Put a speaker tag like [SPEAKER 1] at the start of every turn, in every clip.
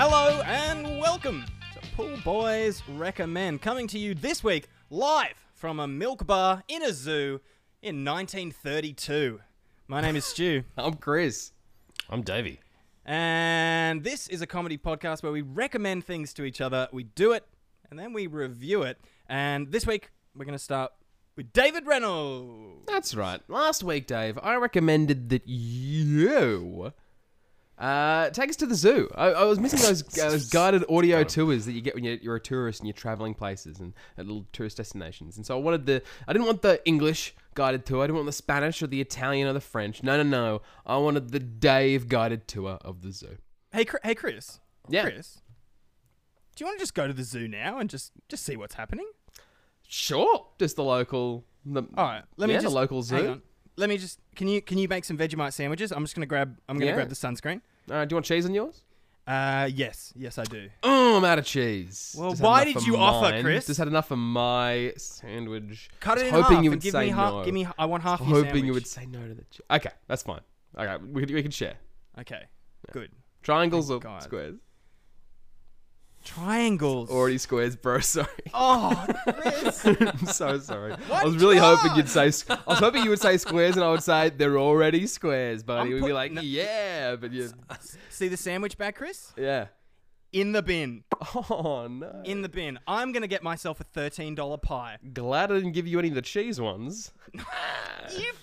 [SPEAKER 1] Hello and welcome to Pool Boys Recommend, coming to you this week live from a milk bar in a zoo in 1932. My name is Stu.
[SPEAKER 2] I'm Chris.
[SPEAKER 3] I'm Davey.
[SPEAKER 1] And this is a comedy podcast where we recommend things to each other, we do it, and then we review it. And this week, we're going to start with David Reynolds.
[SPEAKER 2] That's right. Last week, Dave, I recommended that you uh, take us to the zoo. I, I was missing those, uh, those guided audio tours that you get when you're, you're a tourist and you're traveling places and at little tourist destinations. And so I wanted the. I didn't want the English guided tour. I didn't want the Spanish or the Italian or the French. No, no, no. I wanted the Dave guided tour of the zoo.
[SPEAKER 1] Hey, Chri- hey, Chris.
[SPEAKER 2] Yeah.
[SPEAKER 1] Chris. Do you want to just go to the zoo now and just just see what's happening?
[SPEAKER 2] Sure. Just the local. The,
[SPEAKER 1] All right, let me
[SPEAKER 2] yeah,
[SPEAKER 1] just
[SPEAKER 2] the local zoo.
[SPEAKER 1] hang on. Let me just can you can you make some Vegemite sandwiches? I'm just gonna grab I'm gonna
[SPEAKER 2] Yeah.
[SPEAKER 1] grab the sunscreen.
[SPEAKER 2] All right. Do you want cheese on yours?
[SPEAKER 1] Uh, yes, yes I do.
[SPEAKER 2] Oh, I'm out of cheese.
[SPEAKER 1] Well,
[SPEAKER 2] Just had
[SPEAKER 1] why
[SPEAKER 2] enough
[SPEAKER 1] did
[SPEAKER 2] for
[SPEAKER 1] you offer,
[SPEAKER 2] mine.
[SPEAKER 1] Chris?
[SPEAKER 2] Just had enough for my sandwich.
[SPEAKER 1] Cut
[SPEAKER 2] I
[SPEAKER 1] it
[SPEAKER 2] was
[SPEAKER 1] in
[SPEAKER 2] hoping
[SPEAKER 1] half
[SPEAKER 2] you
[SPEAKER 1] and
[SPEAKER 2] would
[SPEAKER 1] give
[SPEAKER 2] say
[SPEAKER 1] me half.
[SPEAKER 2] no.
[SPEAKER 1] Give me I want half.
[SPEAKER 2] I was
[SPEAKER 1] your
[SPEAKER 2] hoping you
[SPEAKER 1] sandwich.
[SPEAKER 2] would say no to the. Che- okay, that's fine. Okay, we can, we can share
[SPEAKER 1] Okay, good.
[SPEAKER 2] triangles or
[SPEAKER 1] God.
[SPEAKER 2] squares.
[SPEAKER 1] Triangles.
[SPEAKER 2] Already squares, bro. Sorry,
[SPEAKER 1] Oh, Chris.
[SPEAKER 2] I'm so sorry. I was
[SPEAKER 1] did
[SPEAKER 2] really
[SPEAKER 1] you
[SPEAKER 2] hoping
[SPEAKER 1] want?
[SPEAKER 2] you'd say. s- I was hoping you would say squares, and I would say they're already squares. But
[SPEAKER 1] I'm
[SPEAKER 2] you would be
[SPEAKER 1] put-
[SPEAKER 2] like,
[SPEAKER 1] no.
[SPEAKER 2] yeah, but you,
[SPEAKER 1] See the sandwich bag, Chris?
[SPEAKER 2] yeah.
[SPEAKER 1] In the bin.
[SPEAKER 2] Oh no.
[SPEAKER 1] In the bin. I'm gonna get myself a thirteen dollar pie.
[SPEAKER 2] Glad I didn't give you any of the cheese ones.
[SPEAKER 1] You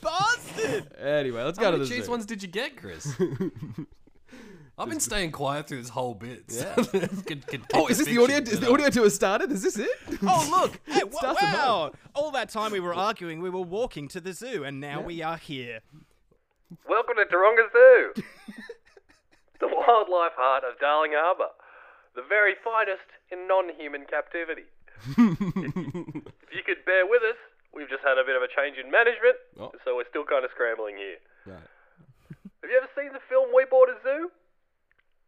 [SPEAKER 1] bastard!
[SPEAKER 2] Anyway, let's
[SPEAKER 3] How
[SPEAKER 2] go to the
[SPEAKER 3] many cheese
[SPEAKER 2] zoo.
[SPEAKER 3] ones did you get, Chris? I've been staying quiet through this whole bit. so can- can keep
[SPEAKER 2] Oh, is this the
[SPEAKER 3] fiction,
[SPEAKER 2] audio? Is
[SPEAKER 3] you
[SPEAKER 2] the
[SPEAKER 3] know.
[SPEAKER 2] audio tour started? Is this it?
[SPEAKER 1] Oh look! Hey, wa-
[SPEAKER 2] Stuff and
[SPEAKER 1] wow! All that time we were arguing, we were walking to the zoo, and now we are here.
[SPEAKER 4] Welcome to Taronga Zoo, the wildlife heart of Darling Harbour, the very finest in non human captivity. if you could bear with us, we've just had a bit of a change in management,
[SPEAKER 2] Oh.
[SPEAKER 4] so we're still kind of scrambling here.
[SPEAKER 2] Right.
[SPEAKER 4] Have you ever seen the film We Bought a Zoo?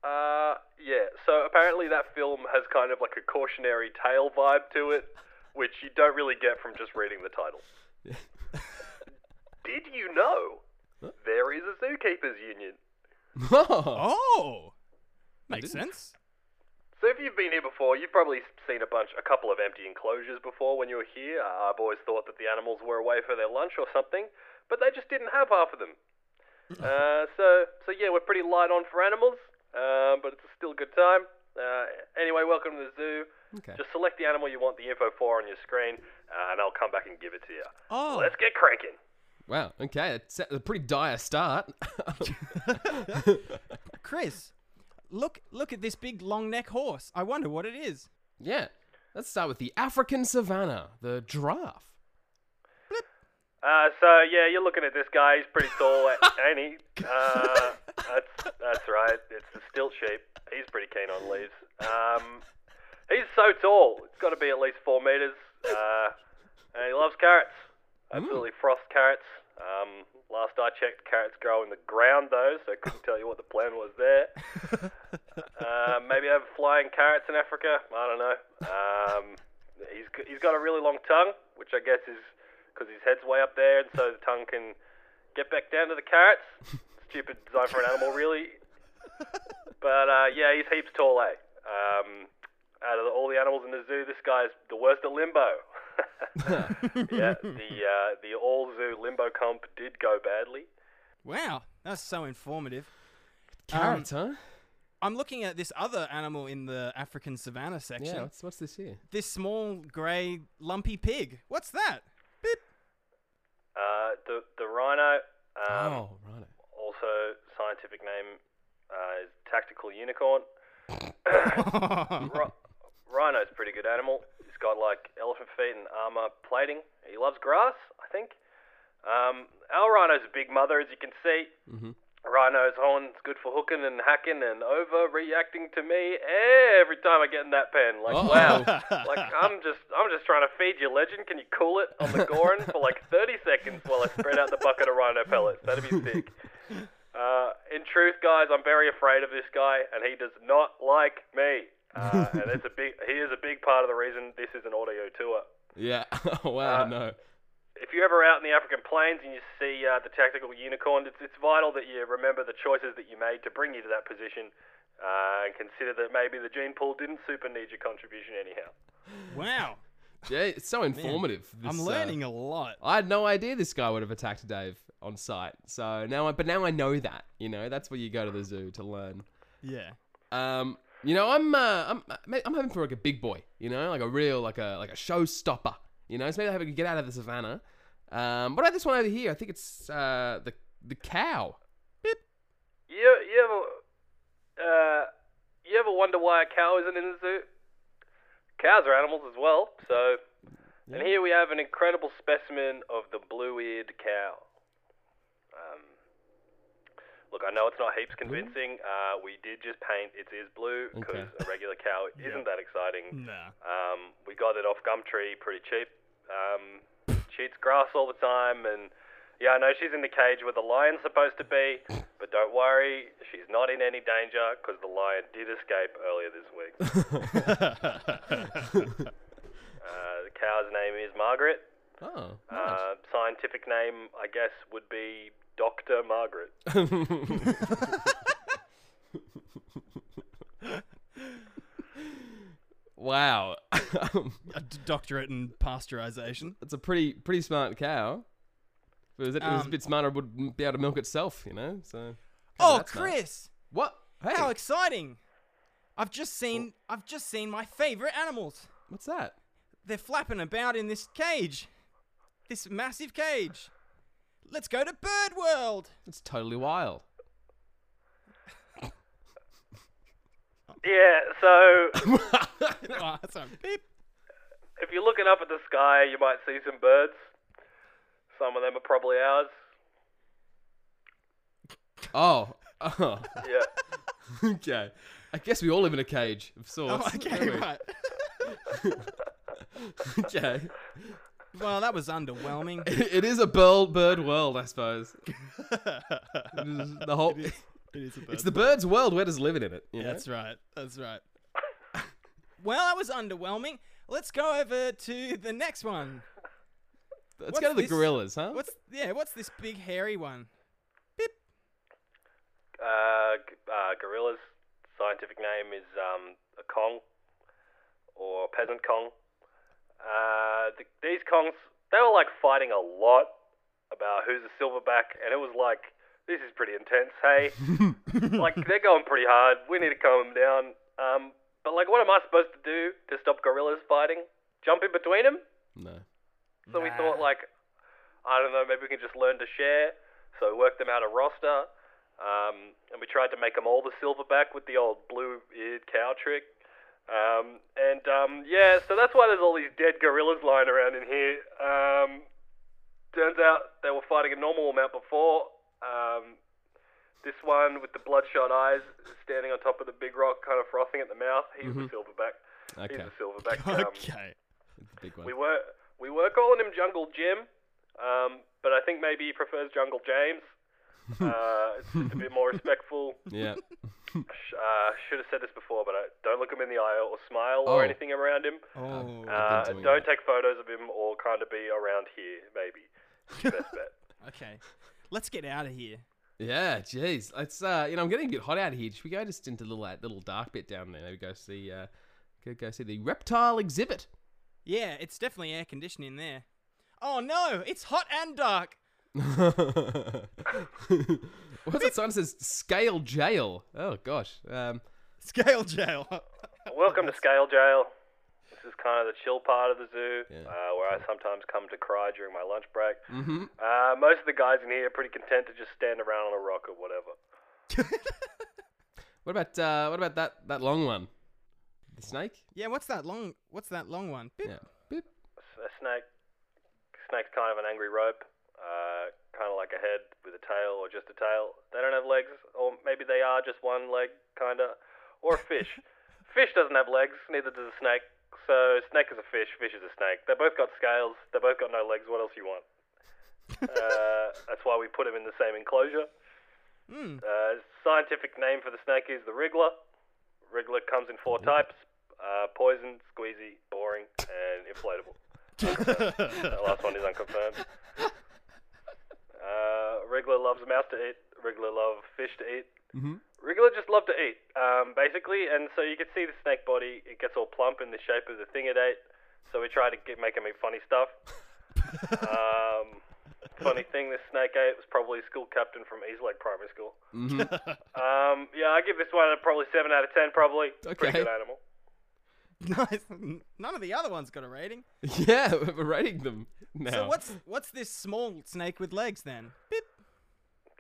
[SPEAKER 4] Uh, yeah. So apparently that film has kind of like a cautionary tale vibe to it, which you don't really get from just reading the title. Did you know there is a zookeepers union?
[SPEAKER 1] Oh, makes sense.
[SPEAKER 4] So if you've been here before, you've probably seen a bunch, a couple of empty enclosures before when you were here. Uh, I've always thought that the animals were away for their lunch or something, but they just didn't have half of them. Uh, so, so yeah, we're pretty light on for animals, uh, but it's still a good time. Uh, anyway, welcome to the zoo.
[SPEAKER 2] Okay.
[SPEAKER 4] Just select the animal you want the info for on your screen, uh, and I'll come back and give it to you.
[SPEAKER 1] Oh,
[SPEAKER 4] Let's get cranking.
[SPEAKER 2] Wow. Okay. That's a pretty dire start.
[SPEAKER 1] Chris, look look at this big long neck horse. I wonder what it is.
[SPEAKER 2] yeah. Let's start with the African savannah, the giraffe.
[SPEAKER 4] Uh, so yeah, you're looking at this guy. He's pretty tall, ain't he? Uh, that's that's right. It's the stilt sheep. He's pretty keen on leaves. Um, he's so tall. It's got to be at least four meters. Uh, and he loves carrots. Absolutely frost carrots. Um, last I checked, carrots grow in the ground though, so I couldn't tell you what the plan was there. Uh, maybe have flying carrots in Africa. I don't know. Um, he's g- he's got a really long tongue, which I guess is because his head's way up there, and so the tongue can get back down to the carrots. Stupid design for an animal, really. But uh, yeah, he's heaps tall, eh? Um, out of the, all the animals in the zoo, this guy's the worst at limbo. yeah, the uh, the all zoo limbo comp did go badly.
[SPEAKER 1] Wow, that's so informative.
[SPEAKER 2] Carrots, huh?
[SPEAKER 1] I'm looking at this other animal in the African savannah section.
[SPEAKER 2] Yeah. What's, what's this here?
[SPEAKER 1] This small grey lumpy pig. What's that? Beep.
[SPEAKER 4] Uh, the the rhino. Um,
[SPEAKER 2] oh, right.
[SPEAKER 4] also scientific name uh, is tactical unicorn. Ri- Rhino's a pretty good animal. He's got like elephant feet and armor plating. He loves grass, I think. Um, our rhino's a big mother, as you can see.
[SPEAKER 2] Mhm.
[SPEAKER 4] Rhino's horn's good for hooking and hacking and overreacting to me every time I get in that pen. Like,
[SPEAKER 2] Uh-oh.
[SPEAKER 4] wow, like I'm just, I'm just trying to feed your legend. Can you cool it on the Gorin for like 30 seconds while I spread out the bucket of rhino pellets? That'd be sick. Uh, in truth, guys, I'm very afraid of this guy, and he does not like me. Uh, and it's a big. He is a big part of the reason this is an audio tour.
[SPEAKER 2] Yeah. Oh, wow.
[SPEAKER 4] Uh,
[SPEAKER 2] no.
[SPEAKER 4] If you're ever out in the African plains and you see uh, the tactical unicorn, it's, it's vital that you remember the choices that you made to bring you to that position, uh, and consider that maybe the gene pool didn't super need your contribution anyhow.
[SPEAKER 1] Wow.
[SPEAKER 2] Yeah, it's so informative.
[SPEAKER 1] I'm
[SPEAKER 2] this, uh,
[SPEAKER 1] learning a lot.
[SPEAKER 2] I had no idea this guy would have attacked Dave on site. So now, I, but now I know that. You know, that's where you go to the zoo to learn.
[SPEAKER 1] Yeah.
[SPEAKER 2] Um, you know, I'm uh, I'm I'm hoping for like a big boy. You know, like a real like a like a showstopper. You know, so maybe I could get out of the savannah. Um, what about this one over here? I think it's uh the the cow.
[SPEAKER 4] You, you ever, uh, you ever wonder why a cow isn't in the zoo? Cows are animals as well, so. And here we have an incredible specimen of the blue-eared cow. Um, look, I know it's not heaps convincing. Uh, we did just paint its ears blue because
[SPEAKER 2] Okay.
[SPEAKER 4] a regular cow isn't that exciting.
[SPEAKER 1] Nah.
[SPEAKER 4] Um, we got it off Gumtree pretty cheap. Um, she eats grass all the time, and yeah, I know she's in the cage where the lion's supposed to be, but don't worry, she's not in any danger because the lion did escape earlier this week. uh, the cow's name is Margaret.
[SPEAKER 2] Oh, nice.
[SPEAKER 4] Uh, scientific name, I guess, would be Dr. Margaret.
[SPEAKER 2] wow,
[SPEAKER 1] A d- doctorate in pasteurization.
[SPEAKER 2] that's a pretty pretty smart cow. If it was, if it was a
[SPEAKER 1] Um,
[SPEAKER 2] bit smarter, it would be able to milk itself. You know, so
[SPEAKER 1] Oh,
[SPEAKER 2] that's nice.
[SPEAKER 1] Chris!
[SPEAKER 2] what? Hey,
[SPEAKER 1] How exciting! I've just seen I've just seen my favorite animals.
[SPEAKER 2] what's that?
[SPEAKER 1] They're flapping about in this cage. This massive cage. Let's go to Bird World.
[SPEAKER 2] It's totally wild.
[SPEAKER 4] Yeah, so
[SPEAKER 1] oh, sorry. Beep.
[SPEAKER 4] if you're looking up at the sky, you might see some birds. Some of them are probably ours.
[SPEAKER 2] Oh, oh,
[SPEAKER 4] Yeah.
[SPEAKER 2] okay. I guess we all live in a cage of sorts.
[SPEAKER 1] Oh, okay,
[SPEAKER 2] don't we?
[SPEAKER 1] right.
[SPEAKER 2] okay.
[SPEAKER 1] Well, that was underwhelming.
[SPEAKER 2] It is a bird bird world, I suppose. It is the whole.
[SPEAKER 1] It is a bird.
[SPEAKER 2] It's the bird's world. Where does living in it? you know?
[SPEAKER 1] That's right. That's right. well, that was underwhelming. Let's go over to the next one.
[SPEAKER 2] Let's
[SPEAKER 1] what's
[SPEAKER 2] go to the
[SPEAKER 1] this?
[SPEAKER 2] gorillas, huh?
[SPEAKER 1] What's yeah? What's this big hairy one?
[SPEAKER 4] Uh, g- uh, gorilla's scientific name is um, a Kong or peasant Kong. Uh, th- these Kongs, they were like fighting a lot about who's a silverback, and it was like, this is pretty intense, hey? like, they're going pretty hard. We need to calm them down. Um, but, like, what am I supposed to do to stop gorillas fighting? Jump in between them?
[SPEAKER 2] No.
[SPEAKER 4] So we thought, like, I don't know, maybe we can just learn to share. So we worked them out a roster, um, and we tried to make them all the silverback with the old blue-eared cow trick. Um, and um, yeah, so that's why there's all these dead gorillas lying around in here. Um, turns out they were fighting a normal amount before. Um, this one with the bloodshot eyes, standing on top of the big rock, kind of frothing at the mouth. He's the silverback. He's
[SPEAKER 2] Okay.
[SPEAKER 4] the silverback. Um,
[SPEAKER 1] Okay.
[SPEAKER 2] The big one.
[SPEAKER 4] we were we were calling him Jungle Jim, um, but I think maybe he prefers Jungle James. Uh, it's just a bit more respectful.
[SPEAKER 2] Yeah.
[SPEAKER 4] Sh- Uh, should have said this before, but I, don't look him in the eye or smile
[SPEAKER 2] Oh.
[SPEAKER 4] or anything around him.
[SPEAKER 1] Oh,
[SPEAKER 4] Uh,
[SPEAKER 2] doing that.
[SPEAKER 4] don't take photos of him or kind of be around here, maybe. Best bet.
[SPEAKER 1] okay. Let's get out of here.
[SPEAKER 2] Yeah. Jeez. It's uh. You know, I'm getting a bit hot out here. Should we go just into the little that little dark bit down there? Maybe go see uh, go go see the reptile exhibit.
[SPEAKER 1] Yeah, it's definitely air conditioning there. Oh no, it's hot and dark.
[SPEAKER 2] What's that sign that says scale jail? Oh gosh. Um.
[SPEAKER 1] Scale jail.
[SPEAKER 4] Welcome to Scale Jail. This is kind of the chill part of the zoo,
[SPEAKER 2] Yeah.
[SPEAKER 4] uh, where I sometimes come to cry during my lunch break.
[SPEAKER 2] Mm-hmm.
[SPEAKER 4] Uh, most of the guys in here are pretty content to just stand around on a rock or whatever.
[SPEAKER 2] What about uh? What about that that long one? The snake.
[SPEAKER 1] yeah, what's that long? What's that long one? Beep.
[SPEAKER 2] Yeah. Boop.
[SPEAKER 4] a snake. Snake's kind of an angry rope, uh, kind of like a head with a tail or just a tail. They don't have legs, or maybe they are just one leg, kind of. Or a fish. fish doesn't have legs, neither does a snake. So snake is a fish, fish is a snake. They both got scales. They both got no legs. What else you want? uh, that's why we put them in the same enclosure. Uh, scientific name for the snake is the wriggler. Wriggler comes in four types: uh, poison, squeezy, boring, and inflatable. That last one is unconfirmed. Uh, Wriggler loves mouse to eat. Wriggler love fish to eat. Mm-hmm. Wriggler just love to eat, um, basically. And so you can see the snake body; it gets all plump in the shape of the thing it ate. So we try to get, make him eat funny stuff. um, funny thing, this snake ate was probably a school captain from East Lake Primary School. um, yeah, I give this one a probably seven out of ten. Probably
[SPEAKER 2] Okay.
[SPEAKER 4] pretty good animal.
[SPEAKER 1] Nice. None of the other ones got a rating.
[SPEAKER 2] Yeah, we're rating them
[SPEAKER 1] So
[SPEAKER 2] now.
[SPEAKER 1] what's what's this small snake with legs then? Bip.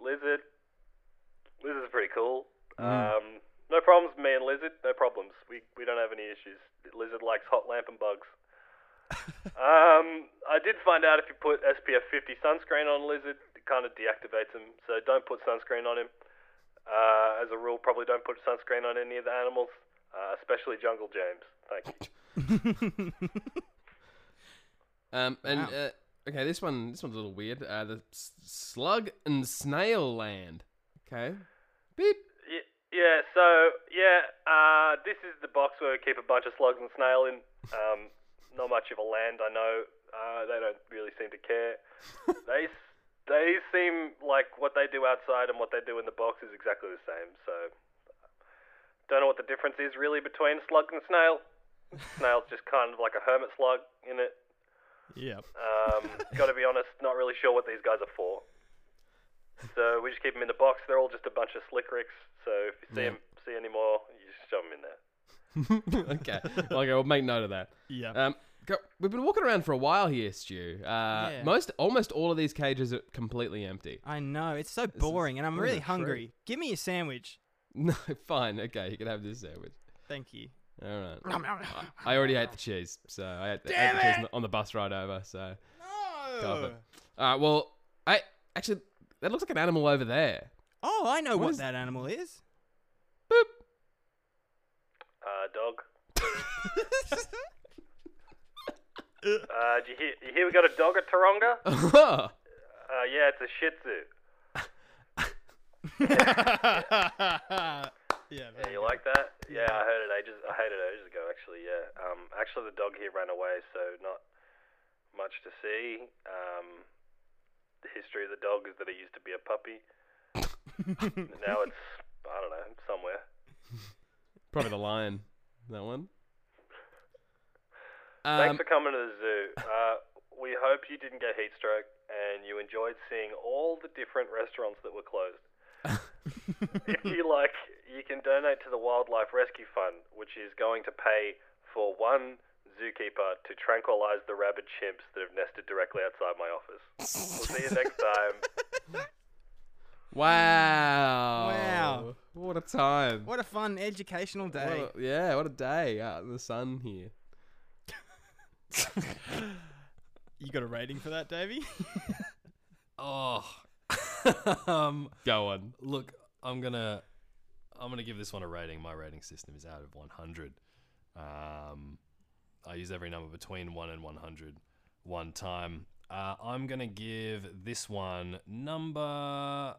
[SPEAKER 4] Lizard. Lizard's pretty cool. Um, no problems, with me and Lizard. No problems. We, we don't have any issues. Lizard likes hot lamp and bugs. um, I did find out if you put SPF 50 sunscreen on Lizard, it kind of deactivates him. So don't put sunscreen on him. Uh, as a rule, probably don't put sunscreen on any of the animals, uh, especially Jungle James. Thank you.
[SPEAKER 2] Um, and
[SPEAKER 1] Wow.
[SPEAKER 2] uh, okay, this one, this one's a little weird. Uh, the s- slug and snail land. Okay, beep.
[SPEAKER 4] Y- Yeah, so, yeah, uh, this is the box where we keep a bunch of slugs and snail in. Um, not much of a land, I know. Uh, they don't really seem to care. they s- they seem like what they do outside and what they do in the box is exactly the same, so. Don't know what the difference is really between slug and snail. Snail's just kind of like a hermit slug in it.
[SPEAKER 1] Yep.
[SPEAKER 4] Um, gotta be honest, not really sure what these guys are for. So we just keep them in the box. They're all just a bunch of slick ricks. So if you see 'em- see any more, you just shove them in there.
[SPEAKER 2] okay, okay, we'll make note of that.
[SPEAKER 1] Yeah.
[SPEAKER 2] Um, go, we've been walking around for a while here, Stu. Uh,
[SPEAKER 1] Yeah.
[SPEAKER 2] most, almost all of these cages are completely empty.
[SPEAKER 1] I know it's so boring, and I'm
[SPEAKER 2] what a
[SPEAKER 1] really
[SPEAKER 2] treat.
[SPEAKER 1] hungry. Give me a sandwich.
[SPEAKER 2] No, fine. Okay, you can have this sandwich.
[SPEAKER 1] Thank you.
[SPEAKER 2] All right. I already ate the cheese, so I ate the, ate
[SPEAKER 1] Damn
[SPEAKER 2] the cheese
[SPEAKER 1] it!
[SPEAKER 2] on the, on the bus ride over. So, Stop
[SPEAKER 1] No.
[SPEAKER 2] it. all right. Well, I actually that looks like an animal over there.
[SPEAKER 1] Oh, I know what,
[SPEAKER 2] is-
[SPEAKER 1] that animal is.
[SPEAKER 2] Boop.
[SPEAKER 4] Uh, dog. Uh, do you hear? You hear we got a dog at Taronga? Uh, yeah, it's a Shih Tzu.
[SPEAKER 1] yeah.
[SPEAKER 4] Yeah, you like that? Yeah, I heard it ages. I heard it ages ago, actually. Yeah. Um, actually, the dog here ran away, so not much to see. Um, the history of the dog is that it used to be a puppy. now it's I don't know somewhere.
[SPEAKER 2] Probably the lion. That one.
[SPEAKER 4] Thanks
[SPEAKER 2] Um,
[SPEAKER 4] for coming to the zoo. Uh, we hope you didn't get heat stroke and you enjoyed seeing all the different restaurants that were closed. if you like, you can donate to the Wildlife Rescue Fund, which is going to pay for one zookeeper to tranquilize the rabid chimps that have nested directly outside my office. We'll see you next time.
[SPEAKER 2] wow.
[SPEAKER 1] Wow.
[SPEAKER 2] What a time.
[SPEAKER 1] What a fun educational
[SPEAKER 2] What
[SPEAKER 1] day.
[SPEAKER 2] a- yeah. What a day out in the sun here.
[SPEAKER 1] You got a rating for that, Davey?
[SPEAKER 3] Oh. um,
[SPEAKER 2] Go on.
[SPEAKER 3] look, I'm gonna I'm gonna give this one a rating. My rating system is out of 100. Um, I use every number between one and 100 one time. Uh, I'm gonna give this one number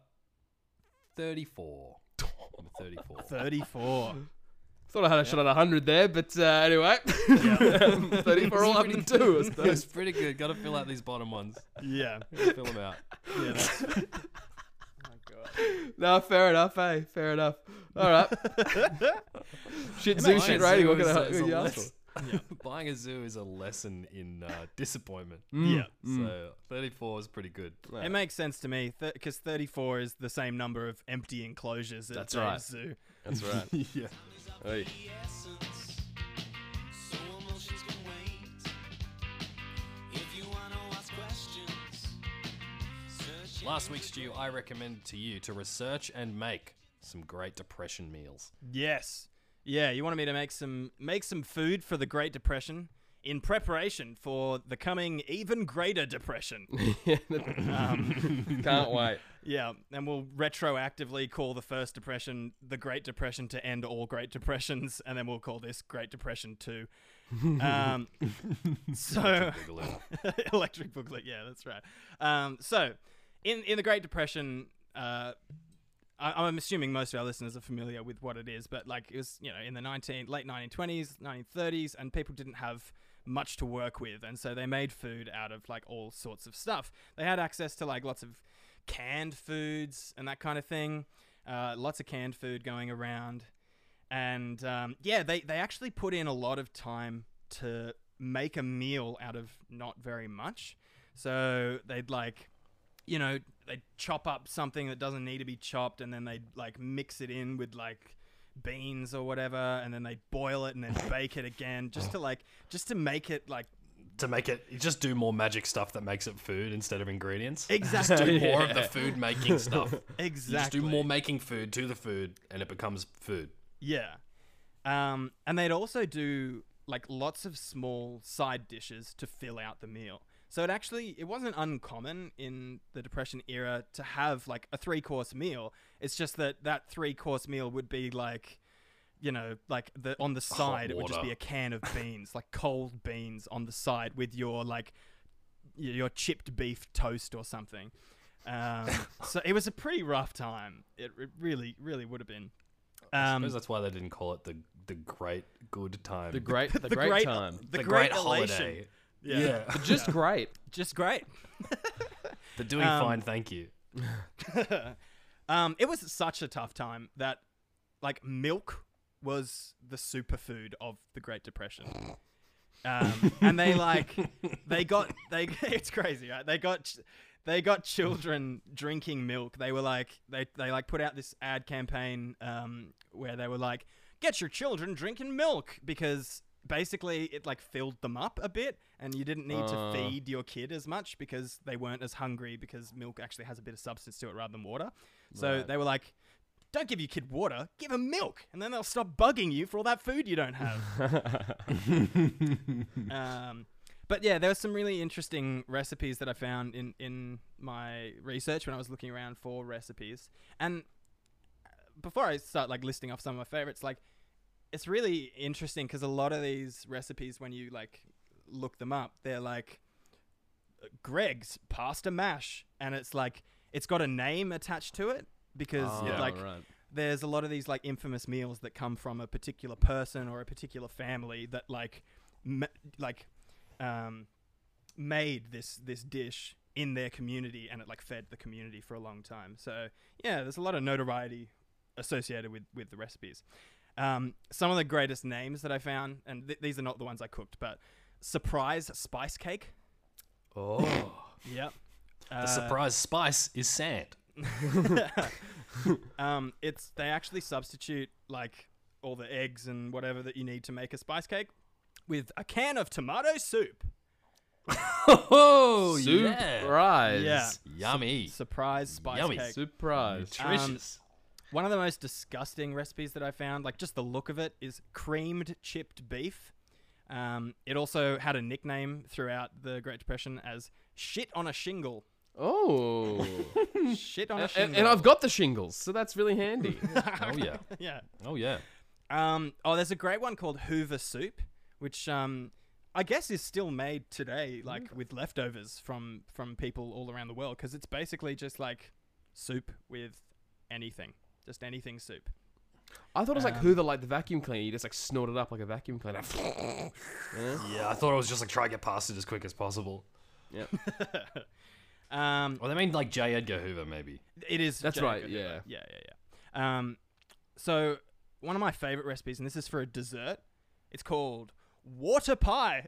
[SPEAKER 3] 34. Number 34.
[SPEAKER 1] 34.
[SPEAKER 2] Thought I had a shot at 100 there, but uh, anyway. 30 for all up to two, I suppose.
[SPEAKER 3] It's pretty good. Got to fill out these bottom ones.
[SPEAKER 1] yeah.
[SPEAKER 3] Fill them out.
[SPEAKER 1] yeah that's-
[SPEAKER 2] No, fair enough, eh? Fair enough. All right. shit zoo, shit
[SPEAKER 3] Buying a
[SPEAKER 2] rating.
[SPEAKER 3] zoo
[SPEAKER 2] What
[SPEAKER 3] is
[SPEAKER 2] can I
[SPEAKER 3] a-
[SPEAKER 2] what
[SPEAKER 3] is a
[SPEAKER 2] can you ask
[SPEAKER 3] less-
[SPEAKER 2] for?
[SPEAKER 3] Buying a zoo is a lesson in uh, disappointment.
[SPEAKER 2] Mm.
[SPEAKER 1] yeah.
[SPEAKER 3] So 34 is pretty good.
[SPEAKER 1] It makes sense to me because 34 is the same number of empty enclosures at
[SPEAKER 2] That's
[SPEAKER 1] Dave's
[SPEAKER 2] right.
[SPEAKER 1] Zoo.
[SPEAKER 2] That's right.
[SPEAKER 3] yeah.
[SPEAKER 2] Oi.
[SPEAKER 5] the essence, so emotions can wait. If you wanna ask questions, search
[SPEAKER 3] Last week, Stu, I recommended to you to research and make some Great Depression meals.
[SPEAKER 1] Yes. Yeah, you wanted me to make some make some food for the Great Depression in preparation for the coming even greater depression.
[SPEAKER 2] Can't wait.
[SPEAKER 1] yeah, and we'll retroactively call the first depression the Great Depression to end all Great Depressions, and then we'll call this Great Depression Two. Um, so
[SPEAKER 3] Boogaloo.
[SPEAKER 1] electric booklet. Yeah, that's right. Um, so, in in the Great Depression, uh, I, I'm assuming most of our listeners are familiar with what it is, but like it was, you know, in the 19 late 1920s, 1930s, and people didn't have much to work with, and so they made food out of like all sorts of stuff. They had access to like lots of canned foods and that kind of thing. Uh, lots of canned food going around, and um, yeah, they they actually put in a lot of time to make a meal out of not very much. So they'd like you know, they chop up something that doesn't need to be chopped and then they like mix it in with like beans or whatever and then they boil it and then bake it again just to like just to make it like
[SPEAKER 3] to make it, you just do more magic stuff that makes it food instead of ingredients.
[SPEAKER 1] Exactly.
[SPEAKER 3] Just do more of the food making stuff. You just
[SPEAKER 1] exactly
[SPEAKER 3] do more making food to the food, and it becomes food.
[SPEAKER 1] Yeah. Um, and they'd also do like lots of small side dishes to fill out the meal. So it actually it wasn't uncommon in the depression era to have like a three course meal. It's just that that three course meal would be like you know, like the on the side it would just
[SPEAKER 3] water.
[SPEAKER 1] be a can of beans, like cold beans on the side with your like y- your chipped beef toast or something. Um, so it was a pretty rough time. It, it really, really would have been.
[SPEAKER 3] I
[SPEAKER 1] Um,
[SPEAKER 3] suppose that's why they didn't call it the the great good time.
[SPEAKER 2] The great, the,
[SPEAKER 1] the
[SPEAKER 2] great,
[SPEAKER 1] great-
[SPEAKER 2] time.
[SPEAKER 1] The,
[SPEAKER 3] The great
[SPEAKER 1] great, elation.
[SPEAKER 3] holiday.
[SPEAKER 1] Yeah.
[SPEAKER 2] Just great.
[SPEAKER 1] Just great.
[SPEAKER 3] the doing
[SPEAKER 1] Um,
[SPEAKER 3] fine, thank you.
[SPEAKER 1] Um, it was such a tough time that, like, milk was the superfood of the Great Depression. Um, and they like, they got they. It's crazy, right? They got ch- they got children drinking milk. They were like they they like put out this ad campaign um, where they were like, get your children drinking milk because basically it like filled them up a bit and you didn't need
[SPEAKER 2] Uh.
[SPEAKER 1] to feed your kid as much because they weren't as hungry because milk actually has a bit of substance to it rather than water. So
[SPEAKER 2] Right.
[SPEAKER 1] they were like, don't give your kid water, give him milk, and then they'll stop bugging you for all that food you don't have. um, but yeah, there were some really interesting recipes that I found in, in my research when I was looking around for recipes. And uh, before I start like listing off some of my favorites, like it's really interesting because a lot of these recipes, when you like look them up, they're like uh, Greg's pasta mash, and it's like it's got a name attached to it because
[SPEAKER 2] Oh,
[SPEAKER 1] like
[SPEAKER 2] right.
[SPEAKER 1] there's a lot of these like infamous meals that come from a particular person or a particular family that like ma- like um, made this this dish in their community and it like fed the community for a long time so yeah there's a lot of notoriety associated with with the recipes um, some of the greatest names that i found and th- these are not the ones i cooked but surprise spice cake
[SPEAKER 3] Oh,
[SPEAKER 1] yep
[SPEAKER 3] the surprise spice is sand.
[SPEAKER 1] Um, it's they actually substitute like all the eggs and whatever that you need to make a spice cake with a can of tomato soup.
[SPEAKER 3] Oh,
[SPEAKER 2] Surprise.
[SPEAKER 1] Yeah.
[SPEAKER 3] Yummy.
[SPEAKER 1] Surprise spice
[SPEAKER 3] Yummy
[SPEAKER 1] cake.
[SPEAKER 2] Surprise.
[SPEAKER 3] Nutritious.
[SPEAKER 1] One of the most disgusting recipes that I found, like just the look of it, is creamed chipped beef. Um, it also had a nickname throughout the Great Depression as "shit on a shingle."
[SPEAKER 2] Oh.
[SPEAKER 1] shit on a
[SPEAKER 2] Uh, and,
[SPEAKER 1] shingle.
[SPEAKER 2] and I've got the shingles, so that's really handy.
[SPEAKER 3] oh yeah.
[SPEAKER 1] yeah.
[SPEAKER 3] Oh yeah.
[SPEAKER 1] Um, oh, there's a great one called Hoover Soup, which um, I guess is still made today,
[SPEAKER 3] Mm.
[SPEAKER 1] like with leftovers from from people all around the world, because it's basically just like soup with anything, just anything soup.
[SPEAKER 2] I thought it was like
[SPEAKER 1] Um,
[SPEAKER 2] Hoover, like the vacuum cleaner. You just like snort it up like a vacuum cleaner.
[SPEAKER 3] Yeah, I thought it was just like try to get past it as quick as possible.
[SPEAKER 1] Um,
[SPEAKER 3] Well, they mean like J. Edgar Hoover, maybe.
[SPEAKER 1] it is.
[SPEAKER 2] That's
[SPEAKER 1] J.
[SPEAKER 2] right,
[SPEAKER 1] Edgar Hoover.
[SPEAKER 2] yeah.
[SPEAKER 1] yeah, yeah, yeah. Um, so one of my favorite recipes, and this is for a dessert. It's called water pie.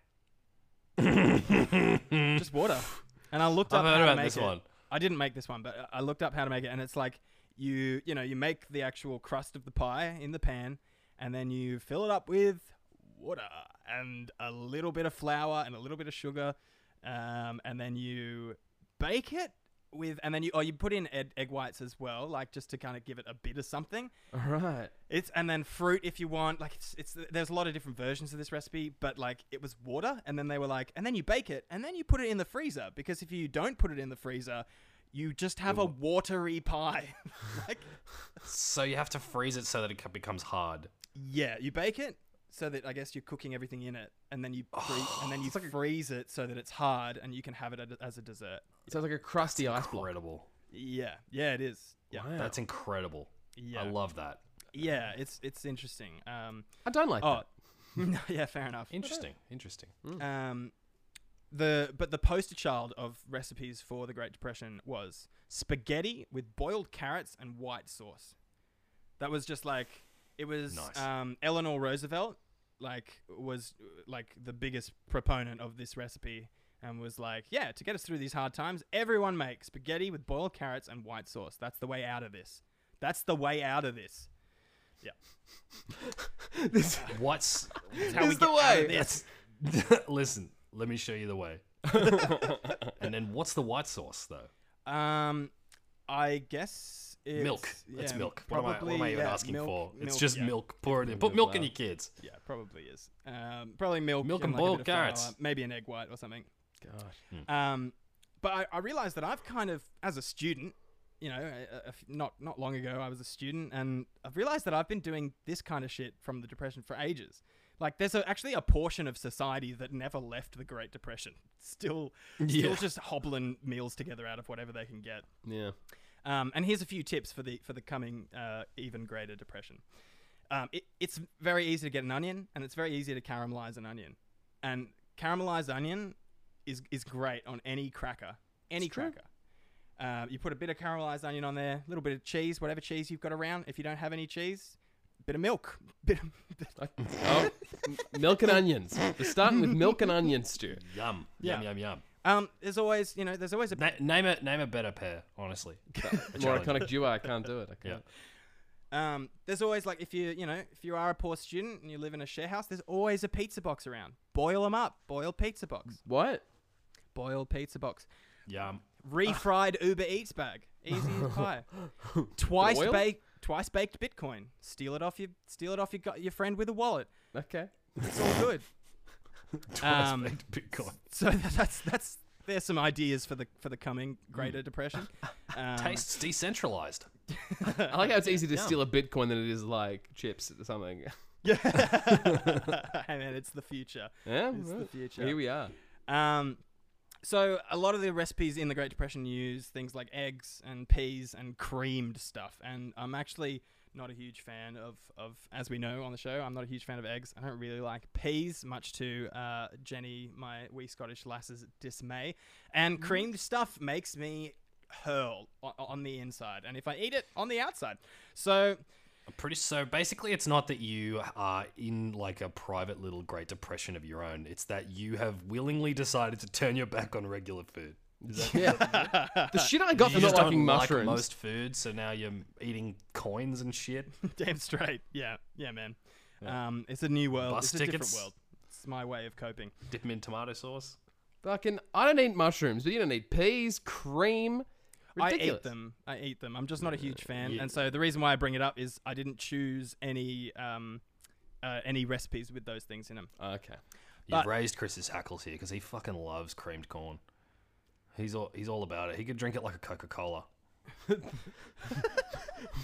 [SPEAKER 1] just water. And I looked up
[SPEAKER 3] I've
[SPEAKER 1] how
[SPEAKER 3] heard
[SPEAKER 1] to
[SPEAKER 3] about
[SPEAKER 1] make
[SPEAKER 3] this
[SPEAKER 1] it.
[SPEAKER 3] one.
[SPEAKER 1] I didn't make this one, but I- I looked up how to make it, and it's like you you know you make the actual crust of the pie in the pan, and then you fill it up with water and a little bit of flour and a little bit of sugar, um, and then you bake it with, and then you or you put in egg, egg whites as well, like just to kind of give it a bit of something.
[SPEAKER 2] All right.
[SPEAKER 1] It's and then fruit if you want. Like it's, it's there's a lot of different versions of this recipe, but like it was water, and then they were like, and then you bake it, and then you put it in the freezer because if you don't put it in the freezer, you just have a watery pie. like
[SPEAKER 3] So you have to freeze it so that it co- becomes hard.
[SPEAKER 1] yeah, you bake it so that I guess you're cooking everything in it, and then you free- and then you freeze it so that it's hard and you can have it as a- as a dessert.
[SPEAKER 2] Sounds like a crusty ice block.
[SPEAKER 3] Incredible.
[SPEAKER 1] Yeah, yeah, it is. Yeah.
[SPEAKER 2] Wow.
[SPEAKER 3] That's incredible.
[SPEAKER 1] Yeah.
[SPEAKER 3] I love that.
[SPEAKER 1] yeah, it's it's interesting. Um,
[SPEAKER 2] I don't like
[SPEAKER 1] oh,
[SPEAKER 2] that.
[SPEAKER 1] yeah, fair enough.
[SPEAKER 3] Interesting. Interesting.
[SPEAKER 2] Hmm.
[SPEAKER 1] Um, the but the poster child of recipes for the Great Depression was spaghetti with boiled carrots and white sauce. That was just like it was.
[SPEAKER 3] Nice.
[SPEAKER 1] Um, Eleanor Roosevelt like was uh, like the biggest proponent of this recipe and was like, yeah, to get us through these hard times, everyone make spaghetti with boiled carrots and white sauce. That's the way out of this. That's the way out of this.
[SPEAKER 2] This-
[SPEAKER 3] What's
[SPEAKER 1] That's how we
[SPEAKER 2] It's the
[SPEAKER 1] get out of
[SPEAKER 2] way.
[SPEAKER 1] this.
[SPEAKER 3] Listen, let me show you the way. and then what's the white sauce though?
[SPEAKER 1] Um, I guess it's,
[SPEAKER 3] milk. That's
[SPEAKER 1] yeah,
[SPEAKER 3] milk. What am, I, what am I even
[SPEAKER 1] yeah,
[SPEAKER 3] asking
[SPEAKER 1] milk-
[SPEAKER 3] for? it's
[SPEAKER 1] milk,
[SPEAKER 3] just
[SPEAKER 1] yeah.
[SPEAKER 3] milk. Pour it in. Put milk in
[SPEAKER 2] wow.
[SPEAKER 3] your kids.
[SPEAKER 1] Yeah, probably is. Um, probably milk,
[SPEAKER 3] Milk and
[SPEAKER 1] like a
[SPEAKER 3] boiled
[SPEAKER 1] bit of flour,
[SPEAKER 3] carrots. Hmm.
[SPEAKER 1] maybe an egg white or something.
[SPEAKER 2] Gosh.
[SPEAKER 1] Um, but I, I realized that I've kind of, as a student, you know, a- a- a f- not not long ago, I was a student, and I've realized that I've been doing this kind of shit from the depression for ages. Like, there's a, actually a portion of society that never left the Great Depression, still, still
[SPEAKER 3] Yeah.
[SPEAKER 1] just hobbling meals together out of whatever they can get.
[SPEAKER 2] Yeah.
[SPEAKER 1] Um, and here's a few tips for the for the coming uh, even greater depression. Um, it, it's very easy to get an onion, and it's very easy to caramelize an onion. And caramelized onion is is great on any cracker, any cracker. Um, you put a bit of caramelized onion on there, a little bit of cheese, whatever cheese you've got around. If you don't have any cheese, bit of milk, bit of,
[SPEAKER 2] Oh, m- milk and onions. We're starting with milk and onion stew.
[SPEAKER 3] Yum. Yum.
[SPEAKER 1] Yeah.
[SPEAKER 3] Yum. Yum.
[SPEAKER 1] um. There's always you know there's always a
[SPEAKER 3] Na- name a name a better pair. Honestly. A
[SPEAKER 2] More
[SPEAKER 3] challenge.
[SPEAKER 2] iconic duo. I can't do it. I
[SPEAKER 3] Yeah.
[SPEAKER 2] can't.
[SPEAKER 1] Um, there's always like if you you know if you are a poor student and you live in a share house, there's always a pizza box around. Boil them up. Boil pizza box.
[SPEAKER 2] What?
[SPEAKER 1] Boil pizza box.
[SPEAKER 3] Yum.
[SPEAKER 1] Refried
[SPEAKER 3] Ah.
[SPEAKER 1] Uber Eats bag. Easy as pie. Twice
[SPEAKER 2] Oil?
[SPEAKER 1] baked. Twice baked Bitcoin. Steal it off your steal it off your gu- your friend with a wallet.
[SPEAKER 2] Okay.
[SPEAKER 1] It's all good.
[SPEAKER 3] Twice
[SPEAKER 1] Um,
[SPEAKER 3] baked Bitcoin.
[SPEAKER 1] so that's that's there's some ideas for the for the coming
[SPEAKER 3] Mm.
[SPEAKER 1] Greater Depression. Um,
[SPEAKER 3] Tastes decentralized.
[SPEAKER 2] I like how it's easy to steal a Bitcoin than it is like chips or something.
[SPEAKER 1] Yeah. hey man, it's the future.
[SPEAKER 2] Yeah.
[SPEAKER 1] It's the
[SPEAKER 2] right.
[SPEAKER 1] future.
[SPEAKER 2] Here we are.
[SPEAKER 1] Um, so a lot of the recipes in the Great Depression use things like eggs and peas and creamed stuff, and I'm actually not a huge fan of, of as we know on the show, I'm not a huge fan of eggs. I don't really like peas, much to uh, Jenny, my wee Scottish lass's dismay.
[SPEAKER 3] Mm-hmm.
[SPEAKER 1] And creamed stuff makes me hurl on, on the inside, and if I eat it, on the outside. So
[SPEAKER 3] I'm pretty so basically it's not that you are in like a private little great depression of your own. It's that you have willingly decided to turn your back on regular food.
[SPEAKER 2] The shit I got
[SPEAKER 3] You
[SPEAKER 2] for not
[SPEAKER 3] just don't
[SPEAKER 2] liking
[SPEAKER 3] like
[SPEAKER 2] mushrooms.
[SPEAKER 3] most food, so now you're eating coins and shit.
[SPEAKER 1] Damn straight. Yeah. Yeah, man. Um, it's a new world.
[SPEAKER 3] Bus
[SPEAKER 1] it's a
[SPEAKER 3] tickets.
[SPEAKER 1] different world. It's my way of coping.
[SPEAKER 3] Dip them in tomato sauce.
[SPEAKER 2] Fucking, I don't eat mushrooms, but you don't eat peas, cream.
[SPEAKER 1] I
[SPEAKER 2] Ridiculous.
[SPEAKER 1] eat them. I eat them. I'm just not a huge fan, and so the reason why I bring it up is I didn't choose any um, uh, any recipes with those things in them.
[SPEAKER 2] Okay.
[SPEAKER 3] You've
[SPEAKER 1] But-
[SPEAKER 3] raised Chris's hackles here because he fucking loves creamed corn. He's all he's all about it. He could drink it like a Coca Cola.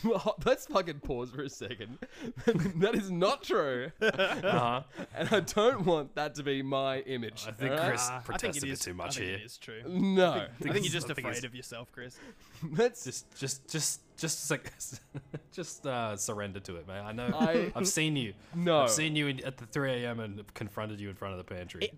[SPEAKER 2] Well, Let's fucking pause for a second. that is not true.
[SPEAKER 3] Uh-huh.
[SPEAKER 2] And I don't want that to be my image.
[SPEAKER 3] I think
[SPEAKER 2] alright?
[SPEAKER 3] Chris
[SPEAKER 1] Ah, I think
[SPEAKER 3] protested
[SPEAKER 1] it
[SPEAKER 3] a
[SPEAKER 1] is
[SPEAKER 3] bit too much
[SPEAKER 1] I think
[SPEAKER 3] here.
[SPEAKER 1] It is true.
[SPEAKER 2] No.
[SPEAKER 1] I think you're just
[SPEAKER 3] I think
[SPEAKER 1] afraid
[SPEAKER 3] it's-
[SPEAKER 1] of yourself, Chris.
[SPEAKER 2] That's just.
[SPEAKER 3] Just just just just a sec- just uh, surrender to it, man. I know
[SPEAKER 2] I-
[SPEAKER 3] I, have seen you.
[SPEAKER 2] No.
[SPEAKER 3] I've seen you in, at the 3 a.m. and confronted you in front of the pantry.